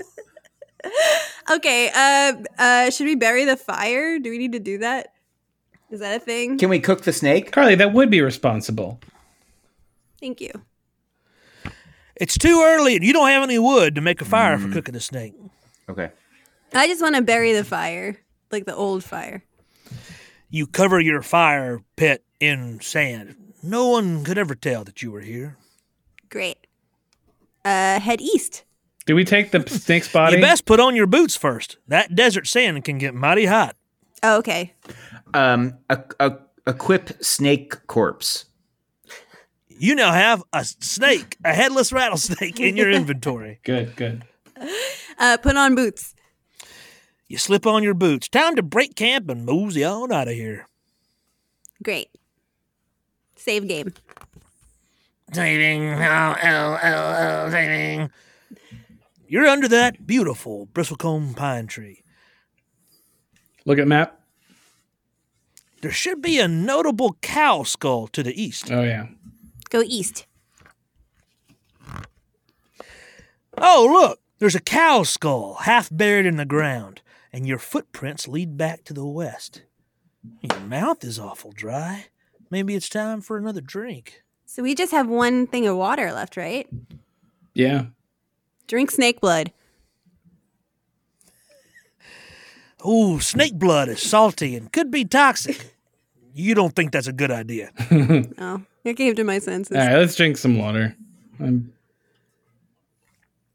S3: Okay. Uh, uh, should we bury the fire? Do we need to do that? Is that a thing?
S5: Can we cook the snake?
S4: Carly, that would be responsible.
S3: Thank you.
S2: It's too early and you don't have any wood to make a fire for cooking the snake.
S5: Okay.
S3: I just want to bury the fire, like the old fire.
S2: You cover your fire pit in sand. No one could ever tell that you were here.
S3: Great. Uh, head east.
S4: Do we take the snake's body?
S2: You best put on your boots first. That desert sand can get mighty hot.
S3: Oh, okay.
S5: Um, a, a, equip snake corpse.
S2: You now have a snake, a headless rattlesnake in your inventory.
S4: Good, good.
S3: Uh, put on boots.
S2: You slip on your boots. Time to break camp and mosey on out of here.
S3: Great. Save game.
S2: Saving, oh, oh, oh, oh, saving. You're under that beautiful bristlecone pine tree.
S4: Look at map.
S2: There should be a notable cow skull to the east.
S4: Oh yeah.
S3: Go east.
S2: Oh, look, there's a cow skull half buried in the ground, and your footprints lead back to the west. Your mouth is awful dry. Maybe it's time for another drink.
S3: So we just have one thing of water left, right?
S4: Yeah.
S3: Drink snake blood.
S2: Ooh, snake blood is salty and could be toxic. You don't think that's a good idea.
S3: Oh, I came to my senses.
S4: All right, let's drink some water. I'm.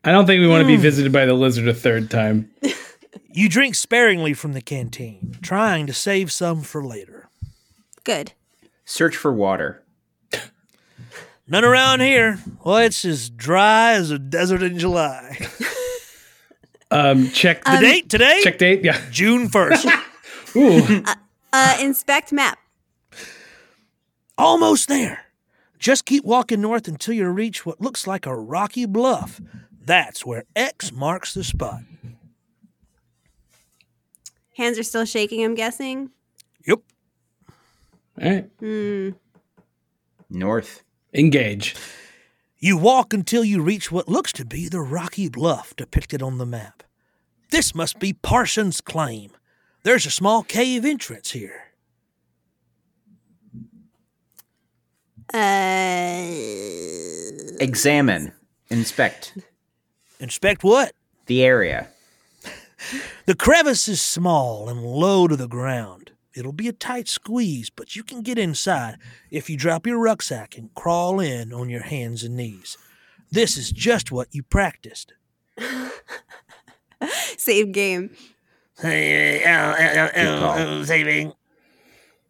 S4: I don't think we want to be
S2: Mm.
S4: visited by the lizard a third time.
S2: You drink sparingly from the canteen, trying to save some for later.
S3: Good.
S5: Search for water.
S2: None around here. Well, it's as dry as a desert in July.
S4: Um, check the
S2: The date today?
S4: check date. Yeah.
S2: June 1st.
S4: Ooh.
S3: Uh, inspect map.
S2: Almost there. Just keep walking north until you reach what looks like a rocky bluff. That's where X marks the spot.
S3: Hands are still shaking, I'm guessing.
S2: Yep.
S4: All right.
S5: North.
S4: Engage.
S2: You walk until you reach what looks to be the rocky bluff depicted on the map. This must be Parsons' claim. There's a small cave entrance here.
S3: Uh,
S5: Examine, inspect
S2: Inspect what?
S5: the area.
S2: The crevice is small and low to the ground. It'll be a tight squeeze, but you can get inside if you drop your rucksack and crawl in on your hands and knees. This is just what you practiced.
S3: save game.
S5: call.
S2: Saving.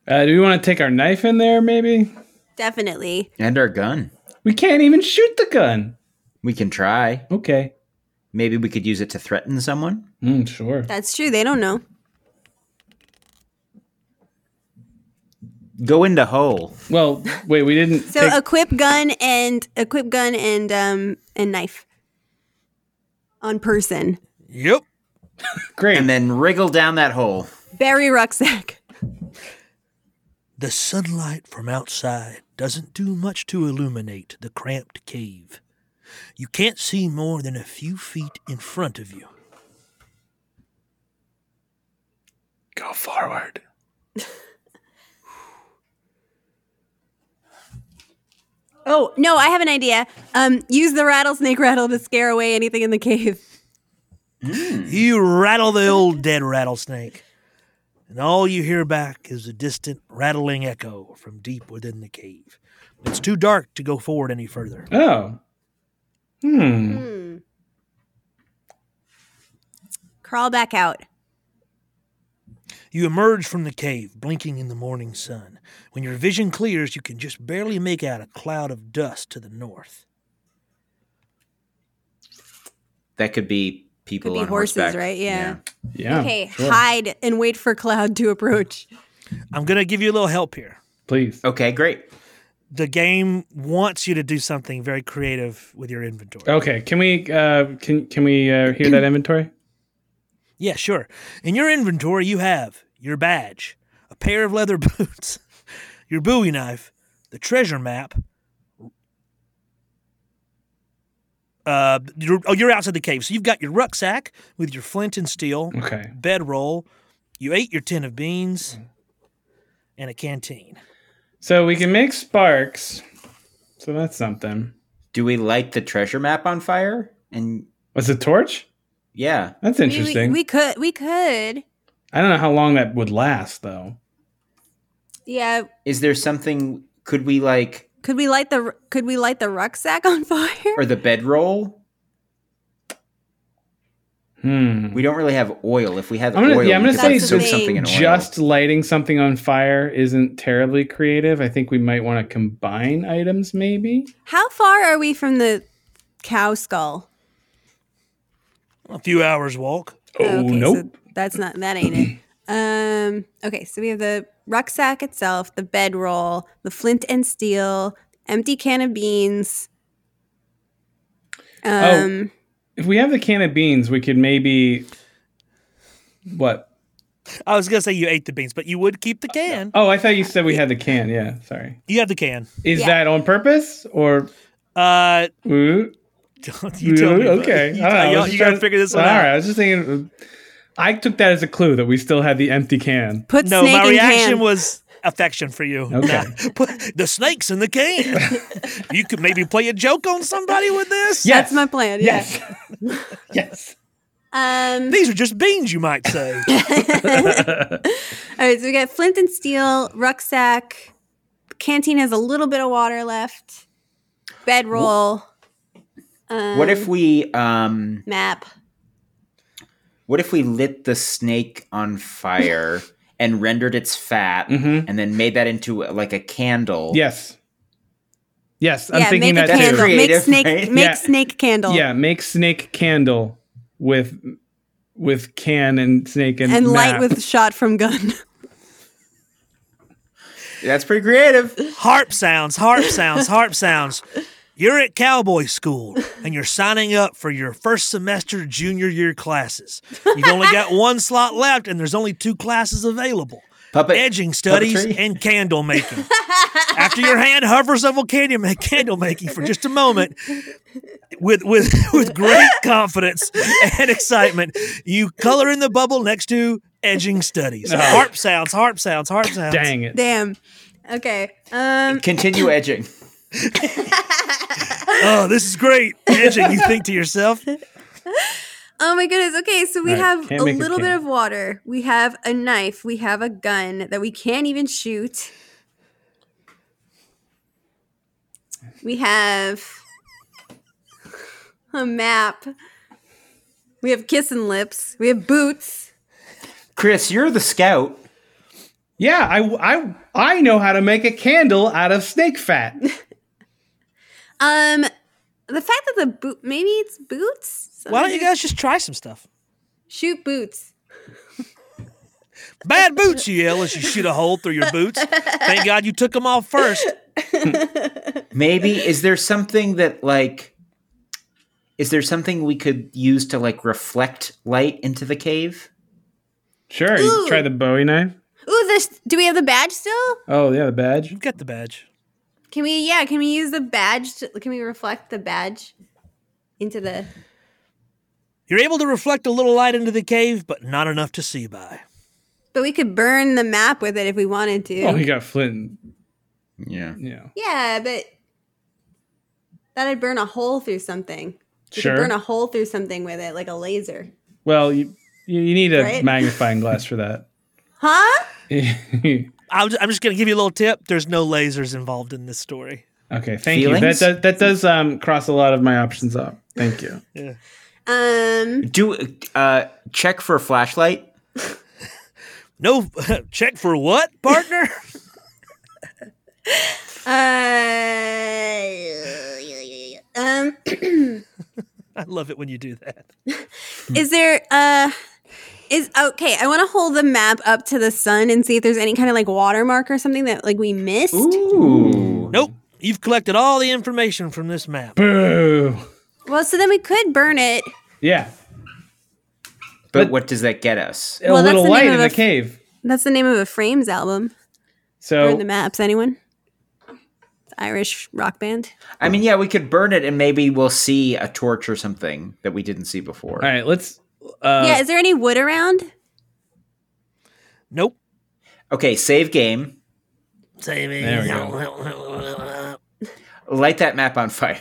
S4: Uh, do we want to take our knife in there? Maybe
S3: Definitely.
S5: And our gun.
S4: we can't even shoot the gun.
S5: We can try.
S4: Okay,
S5: Maybe we could use it to threaten someone.
S4: mm, sure.
S3: That's true. They don't know.
S5: Go into hole.
S4: Well, wait, we didn't.
S3: So
S4: take-
S3: equip gun and equip gun and um and knife on person.
S2: Yep.
S4: great.
S5: And then wriggle down that hole.
S3: Bury rucksack.
S2: The sunlight from outside doesn't do much to illuminate the cramped cave. You can't see more than a few feet in front of you.
S4: go forward.
S3: Oh no, I have an idea. Um, use the rattlesnake rattle to scare away anything in the cave.
S2: You rattle the old dead rattlesnake, and all you hear back is a distant rattling echo from deep within the cave. It's too dark to go forward any further.
S4: Oh. Hmm.
S3: Hmm. Crawl back out.
S2: You emerge from the cave, blinking in the morning sun. When your vision clears, you can just barely make out a cloud of dust to the north.
S5: That could be people
S3: Could be
S5: on
S3: horses,
S5: horseback.
S3: right? Yeah.
S4: Yeah.
S3: okay,
S4: sure.
S3: hide and wait for cloud to approach.
S2: I'm going to give you a little help here.
S4: Please.
S5: Okay, great.
S2: The game wants you to do something very creative with your inventory.
S4: Okay. Can we? Uh, can Can we uh, hear that inventory?
S2: Yeah, sure. In your inventory, you have your badge, a pair of leather boots, your bowie knife, the treasure map. Uh, you're, oh, you're outside the cave, so you've got your rucksack with your flint and steel,
S4: Okay.
S2: bedroll. You ate your tin of beans, and a canteen.
S4: So we can make sparks. So that's something.
S5: Do we light the treasure map on fire? And
S4: Was it torch?
S5: yeah,
S4: That's
S3: I mean,
S4: interesting.
S3: We, we could. We could.
S4: I don't know how long that would last, though.
S7: Yeah.
S5: is there something? Could we like
S3: Could we light the Could we light the rucksack on fire?
S5: or the bedroll?
S4: Hmm.
S5: We don't really have oil. If we had
S4: I'm gonna-
S5: oil,
S4: yeah, I'm
S5: we
S4: gonna
S5: could, like,
S3: say
S5: soak
S3: something
S5: something in oil.
S4: Just lighting something on fire isn't terribly creative. I think we might want to combine items, maybe.
S3: How far are we from the cow skull?
S2: A few hours walk.
S4: Oh, nope.
S3: So that's not. That ain't it. Um. Okay. So we have the rucksack itself, the bedroll, the flint and steel, empty can of beans. Um.
S4: if we have the can of beans, we could maybe what?
S2: I was gonna say you ate the beans, but you would keep the can.
S4: Oh, I thought you said we had the can. Yeah, sorry.
S2: You have the can.
S4: Is
S3: Yeah.
S4: that on purpose or?
S2: Uh,
S4: Ooh,
S2: you tell me.
S4: ooh, okay.
S2: You,
S4: I don't know. I
S2: you,
S4: was
S2: you
S4: just
S2: gotta
S4: trying-
S2: figure this one
S4: All
S2: out.
S4: right, I was just thinking. I took that as a clue that we still had the empty can.
S3: Put
S2: No,
S3: snake
S2: my
S3: in
S2: reaction
S3: can.
S2: was affection for you.
S4: Okay.
S2: Nah, put the snakes in the can. you could maybe play a joke on somebody with this.
S4: Yes.
S3: That's my plan. Yeah.
S4: Yes. yes.
S7: Um.
S2: These are just beans, you might say.
S3: All right, so we got flint and steel, rucksack, canteen has a little bit of water left, bedroll. Um,
S5: What if we um?
S3: map?
S5: What if we lit the snake on fire and rendered its fat,
S4: Mhm.
S5: and then made that into like a candle?
S4: Yes. Yes, I'm
S3: yeah,
S4: thinking
S3: make
S4: that
S3: a
S5: too.
S3: candle. make
S5: Creative,
S3: snake.
S5: right?
S3: Make
S4: Yeah.
S3: snake candle.
S4: too. Yeah, make snake candle with with can and snake and,
S3: and light
S4: map.
S3: with shot from gun.
S5: that's pretty creative.
S2: harp sounds, harp sounds, harp sounds. You're at cowboy school and you're signing up for your first semester junior year classes. You've only got one slot left and there's only two classes available.
S5: Puppet
S2: edging studies
S5: puppetry?
S2: and candle making. After your hand hovers over candle, ma- candle making for just a moment, with with with great confidence and excitement, you color in the bubble next to edging studies. Harp sounds, harp sounds, harp sounds.
S4: Dang it.
S3: Damn. Okay. Um.
S5: Continue edging.
S2: Oh, this is great. Edging, you think to yourself.
S3: Oh my goodness. Okay, so we
S4: All right,
S3: have
S4: can't
S3: a
S4: make a
S3: little bit
S4: can.
S3: of water. We have a knife. We have a gun that we can't even shoot. We have a map. We have kissing lips. We have boots.
S5: Chris, you're the scout.
S4: Yeah, I, I, I know how to make a candle out of snake fat.
S3: Um, the fact that the boot maybe it's boots.
S2: Why don't you guys just try some stuff?
S3: shoot boots?
S2: Bad boots, you yell as you shoot a hole through your boots. Thank God you took them off first.
S5: Maybe is there something that like is there something we could use to like reflect light into the cave?
S4: Sure, you
S3: Ooh.
S4: try the Bowie knife.
S3: Ooh, this. Do we have the badge still?
S4: Oh yeah, the badge.
S2: You got the badge.
S3: Can we? Yeah. Can we use the badge? To, can we reflect the badge into the?
S2: You're able to reflect a little light into the cave, but not enough to see by.
S3: But we could burn the map with it if we wanted to.
S4: Oh, you got Flint.
S5: Yeah.
S4: Yeah,
S3: yeah, but that'd burn a hole through something. We
S4: Sure.
S3: could burn a hole through something with it, like a laser.
S4: well, you you you need a
S3: Right?
S4: magnifying glass for that.
S3: Huh?
S4: okay,
S2: I'm just, I'm just going to give you a little tip. There's no lasers involved in this story.
S4: thank you. That
S5: Feelings?
S4: does, that does um cross a lot of my options up. Thank you.
S3: Um.
S5: Do uh check for a flashlight.
S2: No, check for what, partner?
S3: Uh. Um.
S2: I love it when you do that.
S3: Is there uh is okay, I want to hold the map up to the sun and see if there's any kind of like watermark or something that like we missed.
S5: Ooh.
S2: Nope. You've collected all the information from this map.
S4: Boo.
S3: Well, so then we could burn it.
S4: Yeah,
S5: But what does that get us?
S4: a
S3: Well, that's
S4: little
S3: the name
S4: light
S3: of
S4: in
S3: a
S4: the
S3: f-
S4: cave.
S3: That's the name of a Frames album. Burn the
S4: So
S3: maps, anyone? It's Irish rock band.
S5: I mean, yeah, we could burn it and maybe we'll see a torch or something that we didn't see before.
S4: all right, let's. Uh,
S3: yeah, is there any wood around?
S2: Nope.
S5: Okay, save game.
S4: There we go.
S5: Light that map on fire.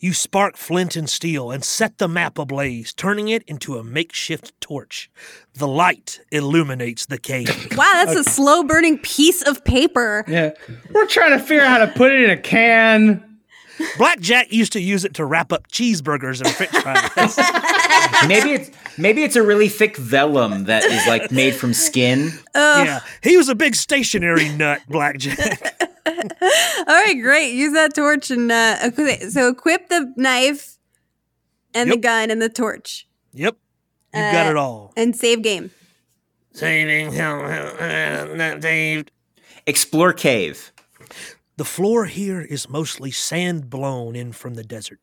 S2: You spark flint and steel and set the map ablaze, turning it into a makeshift torch. The light illuminates the cave.
S3: Wow, that's a slow burning piece of paper.
S4: Yeah, we're trying to figure out how to put it in a can.
S2: Blackjack used to use it to wrap up cheeseburgers and french fries.
S5: Maybe it's maybe it's a really thick vellum that is like made from skin.
S2: yeah, he was a big stationary nut, Blackjack.
S3: All right, great. Use that torch and uh equi- so equip the knife and the
S2: Yep.
S3: gun and the torch
S2: Yep, you have got
S3: Uh,
S2: it all.
S3: and save game.
S2: Saving him, not saved.
S5: Explore cave.
S2: The floor here is mostly sand blown in from the desert.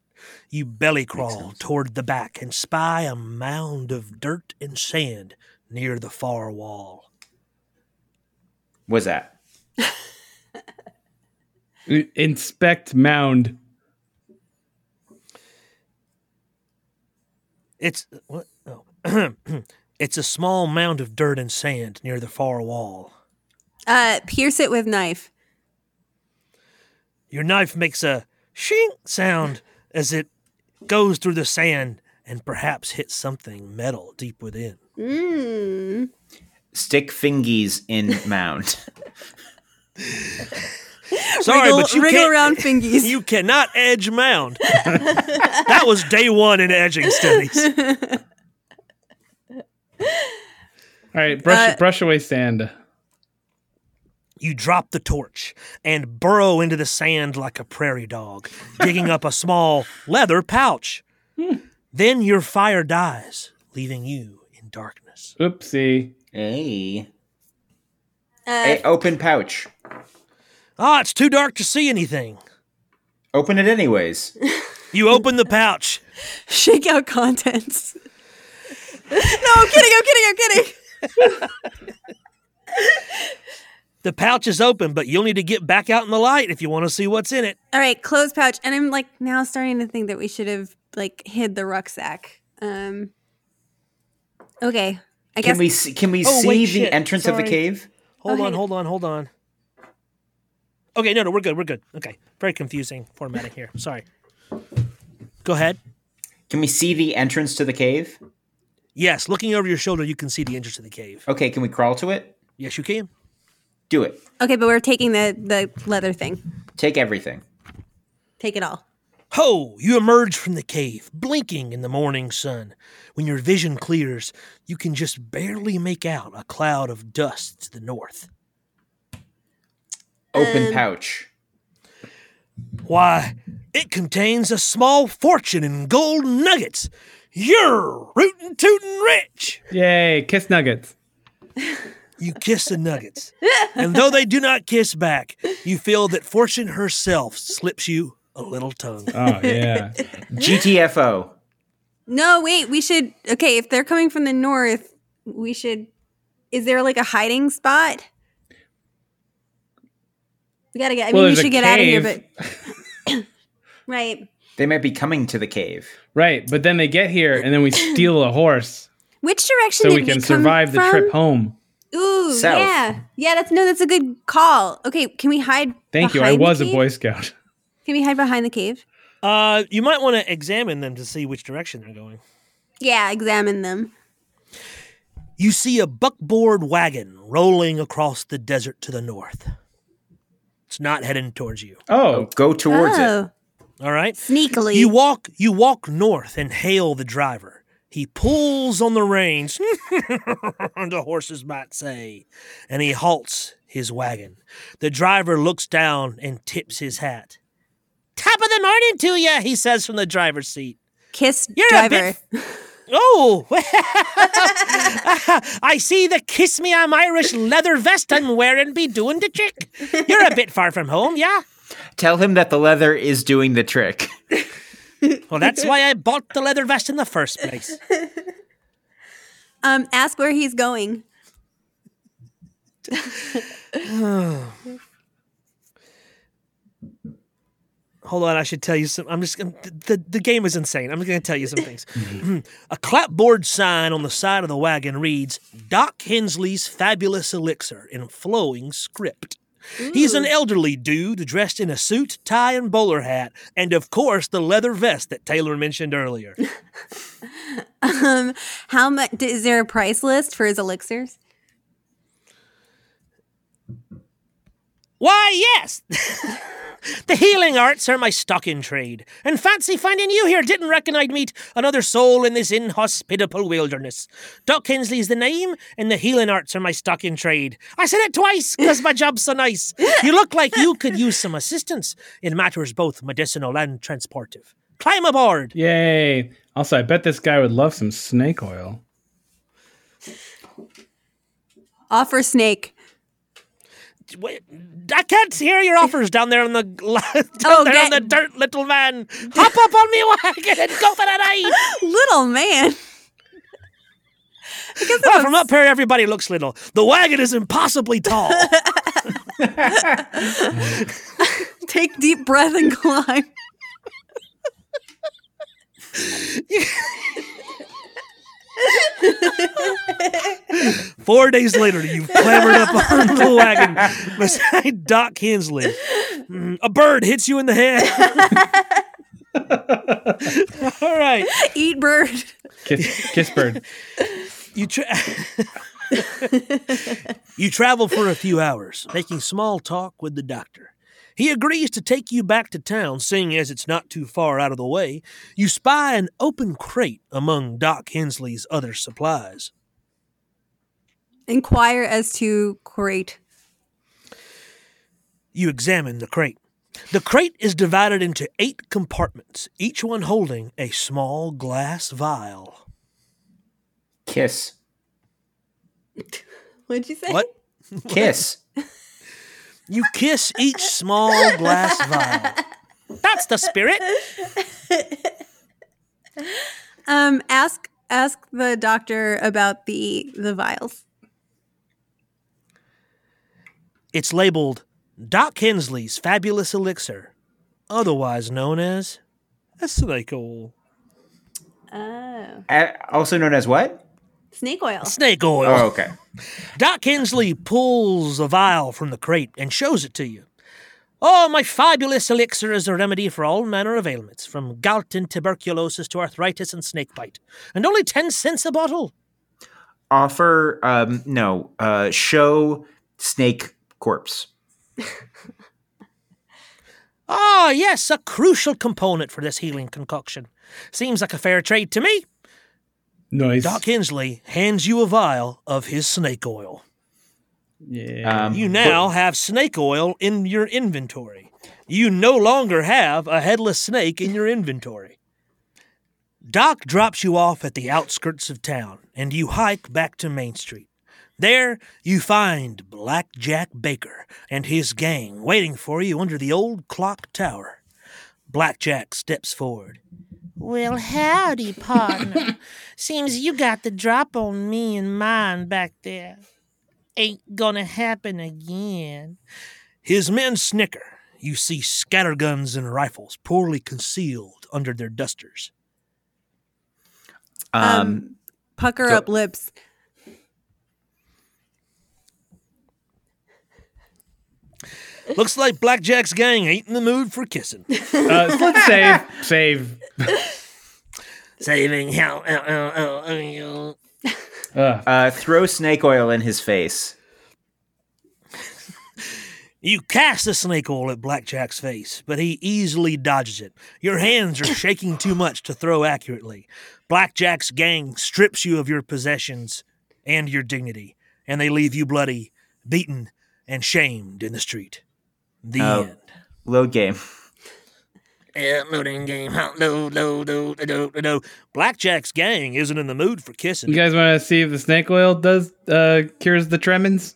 S2: You belly crawl toward the back and spy a mound of dirt and sand near the far wall.
S5: Was that?
S4: Inspect mound.
S2: It's what? Oh. it's a small mound of dirt and sand near the far wall.
S3: Uh pierce it with knife.
S2: Your knife makes a shink sound as it goes through the sand and perhaps hits something metal deep within.
S3: Mm.
S5: Stick fingies in mound.
S2: Sorry,
S3: wriggle,
S2: but you
S3: wriggle
S2: can't.
S3: around fingies.
S2: You cannot edge mound. that was day one in edging studies.
S4: All right, brush
S3: Uh,
S4: brush away sand.
S2: You drop the torch and burrow into the sand like a prairie dog, digging up a small leather pouch. Then your fire dies, leaving you in darkness.
S4: Oopsie.
S5: Hey.
S3: uh,
S5: hey. Open pouch.
S2: Ah, it's too dark to see anything.
S5: Open it anyways.
S2: You open the pouch.
S3: shake out contents. no, I'm kidding. I'm kidding. I'm kidding.
S2: The pouch is open, but you'll need to get back out in the light if you want to see what's in it.
S3: All right, clothes pouch. And I'm like now starting to think that we should have like hid the rucksack. Um. Okay, I guess.
S5: Can we see, can we
S2: Oh,
S5: see
S2: wait,
S5: the
S2: shit.
S5: entrance of
S2: Sorry.
S5: the cave?
S2: Hold
S3: Okay.
S2: on, hold on, hold on. Okay, no, no, we're good. We're good. Okay. Very confusing formatting here. Sorry. Go ahead.
S5: Can we see the entrance to the cave?
S2: Yes, looking over your shoulder, you can see the entrance to the cave.
S5: Okay, can we crawl to it?
S2: Yes, you can.
S5: Do it.
S3: Okay, but we're taking the the leather thing.
S5: Take everything.
S3: Take it all.
S2: Ho! You emerge from the cave, blinking in the morning sun. When your vision clears, you can just barely make out a cloud of dust to the north. Um,
S5: Open pouch.
S2: Why, it contains a small fortune in gold nuggets. You're rootin' tootin' rich!
S4: Yay, kiss nuggets.
S2: You kiss the nuggets. and though they do not kiss back, you feel that fortune herself slips you a little tongue.
S4: Oh yeah.
S5: GTFO.
S3: No, wait. We should. Okay, if they're coming from the north, we should. Is there like a hiding spot? We gotta get. I mean,
S4: Well,
S3: we
S4: there's a
S3: should get out of here,
S4: cave.
S3: but right.
S5: They might be coming to the cave.
S4: Right, but then they get here and then we steal a horse
S3: Which direction
S4: so
S3: did
S4: we can
S3: come
S4: survive the
S3: from?
S4: trip home.
S3: Ooh,
S5: South.
S3: yeah, yeah. That's no, that's a good call. Okay, can we hide?
S4: Thank you. I
S3: behind the
S4: was a
S3: cave?
S4: Boy Scout.
S3: Can we hide behind the cave?
S2: Uh, you might want to examine them to see which direction they're going.
S3: Yeah, examine them.
S2: You see a buckboard wagon rolling across the desert to the north. It's not heading towards you.
S4: Oh,
S5: Go towards it.
S3: oh,
S2: All right?
S3: sneakily.
S2: You walk you walk north and hail the driver. He pulls on the reins, the horses might say, and he halts his wagon. The driver looks down and tips his hat. Top of the morning to ya, he says from the driver's seat.
S3: Kiss
S2: You're a
S3: driver.
S2: Oh, I see the kiss me I'm Irish leather vest I'm wearing be doing the trick. You're a bit far from home, yeah?
S5: Tell him that the leather is doing the trick.
S2: Well, that's why I bought the leather vest in the first place.
S3: um, ask where he's going.
S2: Hold on, I should tell you some. I'm just I'm- the the game is insane. I'm going to tell you some things. a clapboard sign on the side of the wagon reads "Doc Hensley's Fabulous Elixir" in flowing script. He's an elderly dude dressed in a suit, tie, and bowler hat, and of course the leather vest that Taylor mentioned earlier.
S3: Um, how much is there a price list for his elixirs?
S2: Why, yes! the healing arts are my stock in trade, and fancy finding you here didn't reckon I'd meet another soul in this inhospitable wilderness. Doc Hensley's the name, and the healing arts are my stock in trade. I said it twice 'cause my job's so nice. You look like you could use some assistance in matters both medicinal and transportive. Climb aboard!
S4: yay. Also, I bet this guy would love some snake oil.
S3: Offer snake.
S2: Wait, I can't hear your offers down there on the down
S3: Oh,
S2: there on
S3: get-
S2: the dirt, little man. Hop up on me wagon and go for a ride.
S3: Little man.
S2: Well, from up here, everybody looks little. The wagon is impossibly tall.
S3: Take deep breath and climb.
S2: Four days later, you've clambered up on the wagon beside Doc Hensley. Mm, A bird hits you in the head. All right.
S3: Eat bird.
S4: Kiss, kiss bird.
S2: You tra- you travel for a few hours, making small talk with the doctor. He agrees to take you back to town, seeing as it's not too far out of the way. You spy an open crate among Doc Hensley's other supplies.
S3: Inquire as to crate.
S2: You examine the crate. The crate is divided into eight compartments, each one holding a small glass vial.
S5: Kiss.
S3: What'd you say?
S2: What?
S5: Kiss.
S2: You kiss each small glass vial. That's the spirit.
S3: Um, ask ask the doctor about the the vials.
S2: It's labeled Doc Hensley's Fabulous Elixir, otherwise known as a snake oil.
S3: Oh,
S5: A- also known as what?
S3: snake oil.
S2: Snake oil.
S5: Oh, okay.
S2: Doc Hensley pulls a vial from the crate and shows it to you. Oh, my fabulous elixir is a remedy for all manner of ailments, from gout and tuberculosis to arthritis and snakebite, and only 10 cents a bottle.
S5: Offer, um, no, uh, show snake corpse.
S2: Ah, yes, a crucial component for this healing concoction. Seems like a fair trade to me.
S4: Nice.
S2: Doc Hensley hands you a vial of his snake oil.
S4: yeah.
S5: Um,
S2: You now have snake oil in your inventory. You no longer have a headless snake in your inventory. Doc drops you off at the outskirts of town, and you hike back to Main Street. There, you find Black Jack Baker and his gang waiting for you under the old clock tower. Black Jack steps forward. Well, howdy, partner. Seems you got the drop on me and mine back there ain't gonna happen again. His men snicker. You see scatterguns and rifles poorly concealed under their dusters.
S5: um,
S3: Pucker
S5: Go-
S3: up lips.
S2: Looks like Blackjack's gang ain't in the mood for kissing.
S4: Uh, let's save. Save.
S2: Saving hell. uh, uh, uh, uh, uh.
S4: Uh,
S5: uh, throw snake oil in his face.
S2: You cast the snake oil at Blackjack's face, but he easily dodges it. Your hands are shaking too much to throw accurately. Blackjack's gang strips you of your possessions and your dignity, and they leave you bloody, beaten, and shamed in the street. The
S5: Oh.
S2: end.
S5: Load game.
S2: Loading game. Huh? No, no, no, no, no, no. Blackjack's gang isn't in the mood for kissing.
S4: you guys want to see if the snake oil does uh, cures the tremens?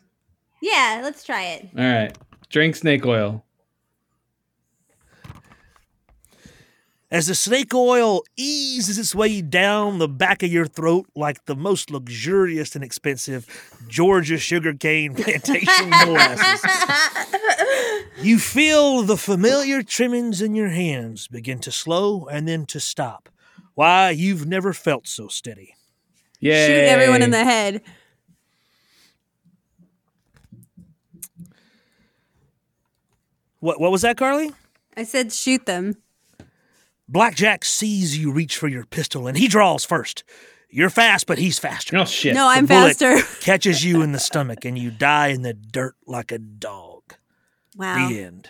S7: Yeah, let's try it.
S4: All right. Drink snake oil.
S2: As the snake oil eases its way down the back of your throat like the most luxurious and expensive Georgia sugarcane plantation molasses, you feel the familiar trimmings in your hands begin to slow and then to stop. Why, you've never felt so steady.
S4: Yeah.
S3: Shoot everyone in the head.
S2: What, what was that, Carly?
S3: I said shoot them.
S2: Blackjack sees you reach for your pistol and he draws first. You're fast, but he's faster.
S4: Oh shit.
S3: No, I'm
S2: bullet
S3: faster.
S2: catches you in the stomach and you die in the dirt like a dog.
S3: Wow.
S2: The end.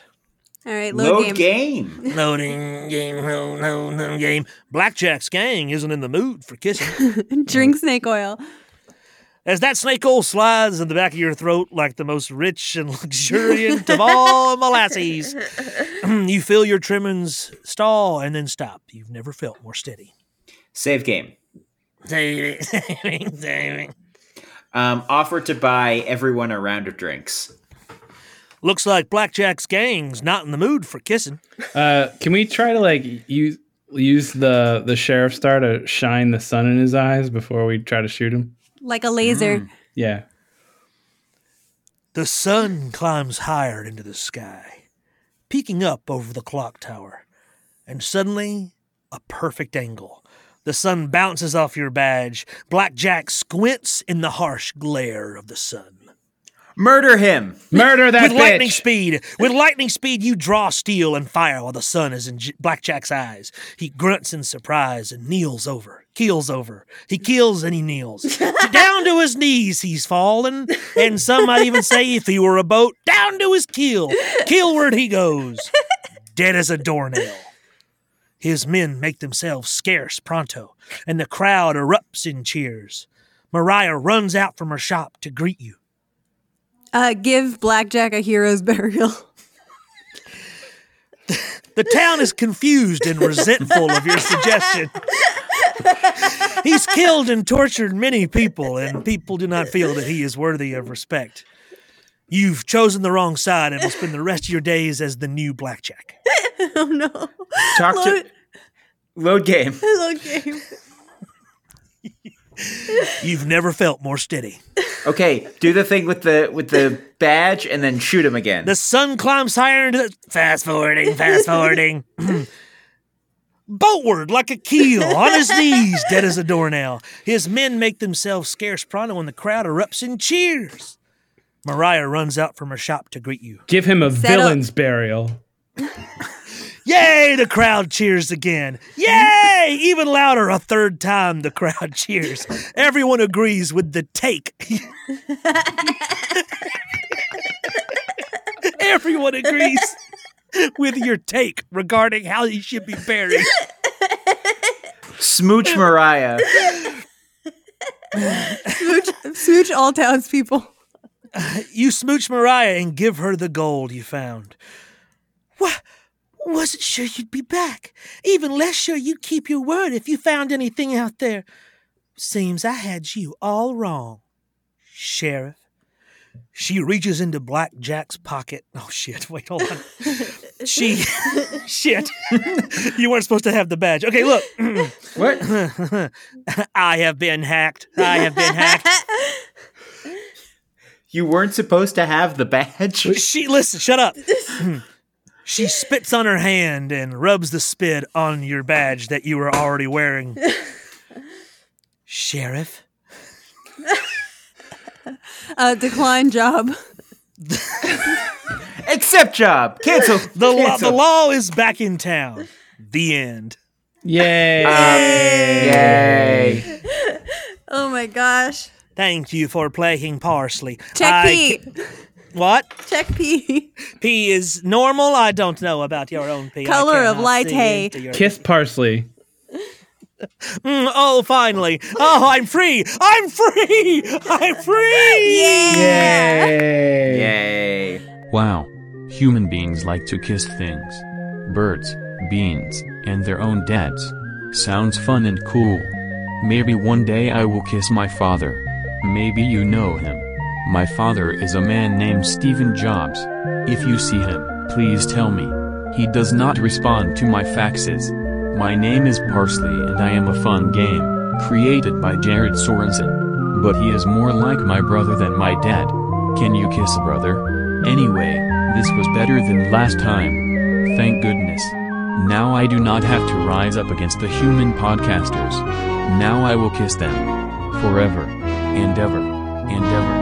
S3: All right, load,
S5: Load
S3: game.
S5: game.
S2: Loading game, no, no, no game. Blackjack's gang isn't in the mood for kissing.
S3: Drink snake oil.
S2: As that snake oil slides in the back of your throat like the most rich and luxuriant of all molasses, you feel your trimmings stall and then stop. You've never felt more steady.
S5: Save game.
S2: Saving, saving, saving.
S5: Um, offer to buy everyone a round of drinks.
S2: Looks like Blackjack's gang's not in the mood for kissing.
S4: Uh, can we try to like use use the the sheriff star to shine the sun in his eyes before we try to shoot him?
S3: Like a laser.
S4: Yeah.
S2: The sun climbs higher into the sky, peeking up over the clock tower, and suddenly, a perfect angle. The sun bounces off your badge. Blackjack squints in the harsh glare of the sun.
S5: Murder him.
S4: Murder that
S2: With lightning
S4: bitch.
S2: speed, with lightning speed, you draw steel and fire while the sun is in J- Blackjack's eyes. He grunts in surprise and kneels over, keels over. He keels and he kneels. down to his knees he's fallen, and some might even say if he were a boat, down to his keel. Keelward he goes, dead as a doornail. His men make themselves scarce pronto, and the crowd erupts in cheers. Mariah runs out from her shop to greet you.
S3: Uh, give Blackjack a hero's burial.
S2: The town is confused and resentful of your suggestion. He's killed and tortured many people, and people do not feel that he is worthy of respect. You've chosen the wrong side and will spend the rest of your days as the new blackjack.
S3: oh no.
S5: Talk
S3: Load,
S5: to. Load game.
S3: load game.
S2: You've never felt more steady.
S5: Okay, do the thing with the with the badge and then shoot him again.
S2: The sun climbs higher into the fast forwarding, fast forwarding. Boatward like a keel, on his knees, dead as a doornail. His men make themselves scarce pronto, and the crowd erupts in cheers. Mariah runs out from her shop to greet you.
S4: Give him a
S3: Set up.
S4: villain's burial.
S2: Yay! The crowd cheers again. Yay! Even louder, a third time the crowd cheers. Everyone agrees with the take. Everyone agrees with your take regarding how you should be buried.
S5: Smooch Mariah.
S3: Smooch, smooch all townspeople.
S2: You smooch Mariah and give her the gold you found. What? Wasn't sure you'd be back. Even less sure you'd keep your word if you found anything out there. Seems I had you all wrong, Sheriff. She reaches into Black Jack's pocket. Oh shit! Wait, hold on. she, shit. you weren't supposed to have the badge. Okay, look.
S5: What?
S2: I have been hacked. I have been hacked.
S5: You weren't supposed to have the badge.
S2: she listen shut up she spits on her hand and rubs the spit on your badge that you were already wearing sheriff
S3: Uh, decline job.
S5: Accept job. Cancel.
S2: the, law,
S5: Cancel.
S2: the law is back in town the end
S4: Yay!
S5: Um, Yay.
S3: Oh my gosh.
S2: thank you for playing parsley
S3: Check
S2: I
S3: P.
S2: ca- what
S3: Check P.
S2: p is normal i don't know about your own p I
S3: Color of
S2: cannot
S3: light
S2: see
S3: hay.
S2: into your-
S4: Kiss parsley.
S2: Mm, oh finally oh i'm free i'm free i'm free
S4: Yay!
S5: Yay.
S1: Wow. Human beings like to kiss things. Birds, beans, and their own dads. Sounds fun and cool. Maybe one day I will kiss my father. Maybe you know him. My father is a man named Stephen Jobs. If you see him, please tell me. He does not respond to my faxes. My name is Parsley and I am a fun game, created by Jared Sorensen. But he is more like my brother than my dad. Can you kiss a brother? Anyway, this was better than last time. Thank goodness. Now I do not have to rise up against the human podcasters. Now I will kiss them. Forever. And ever. And ever.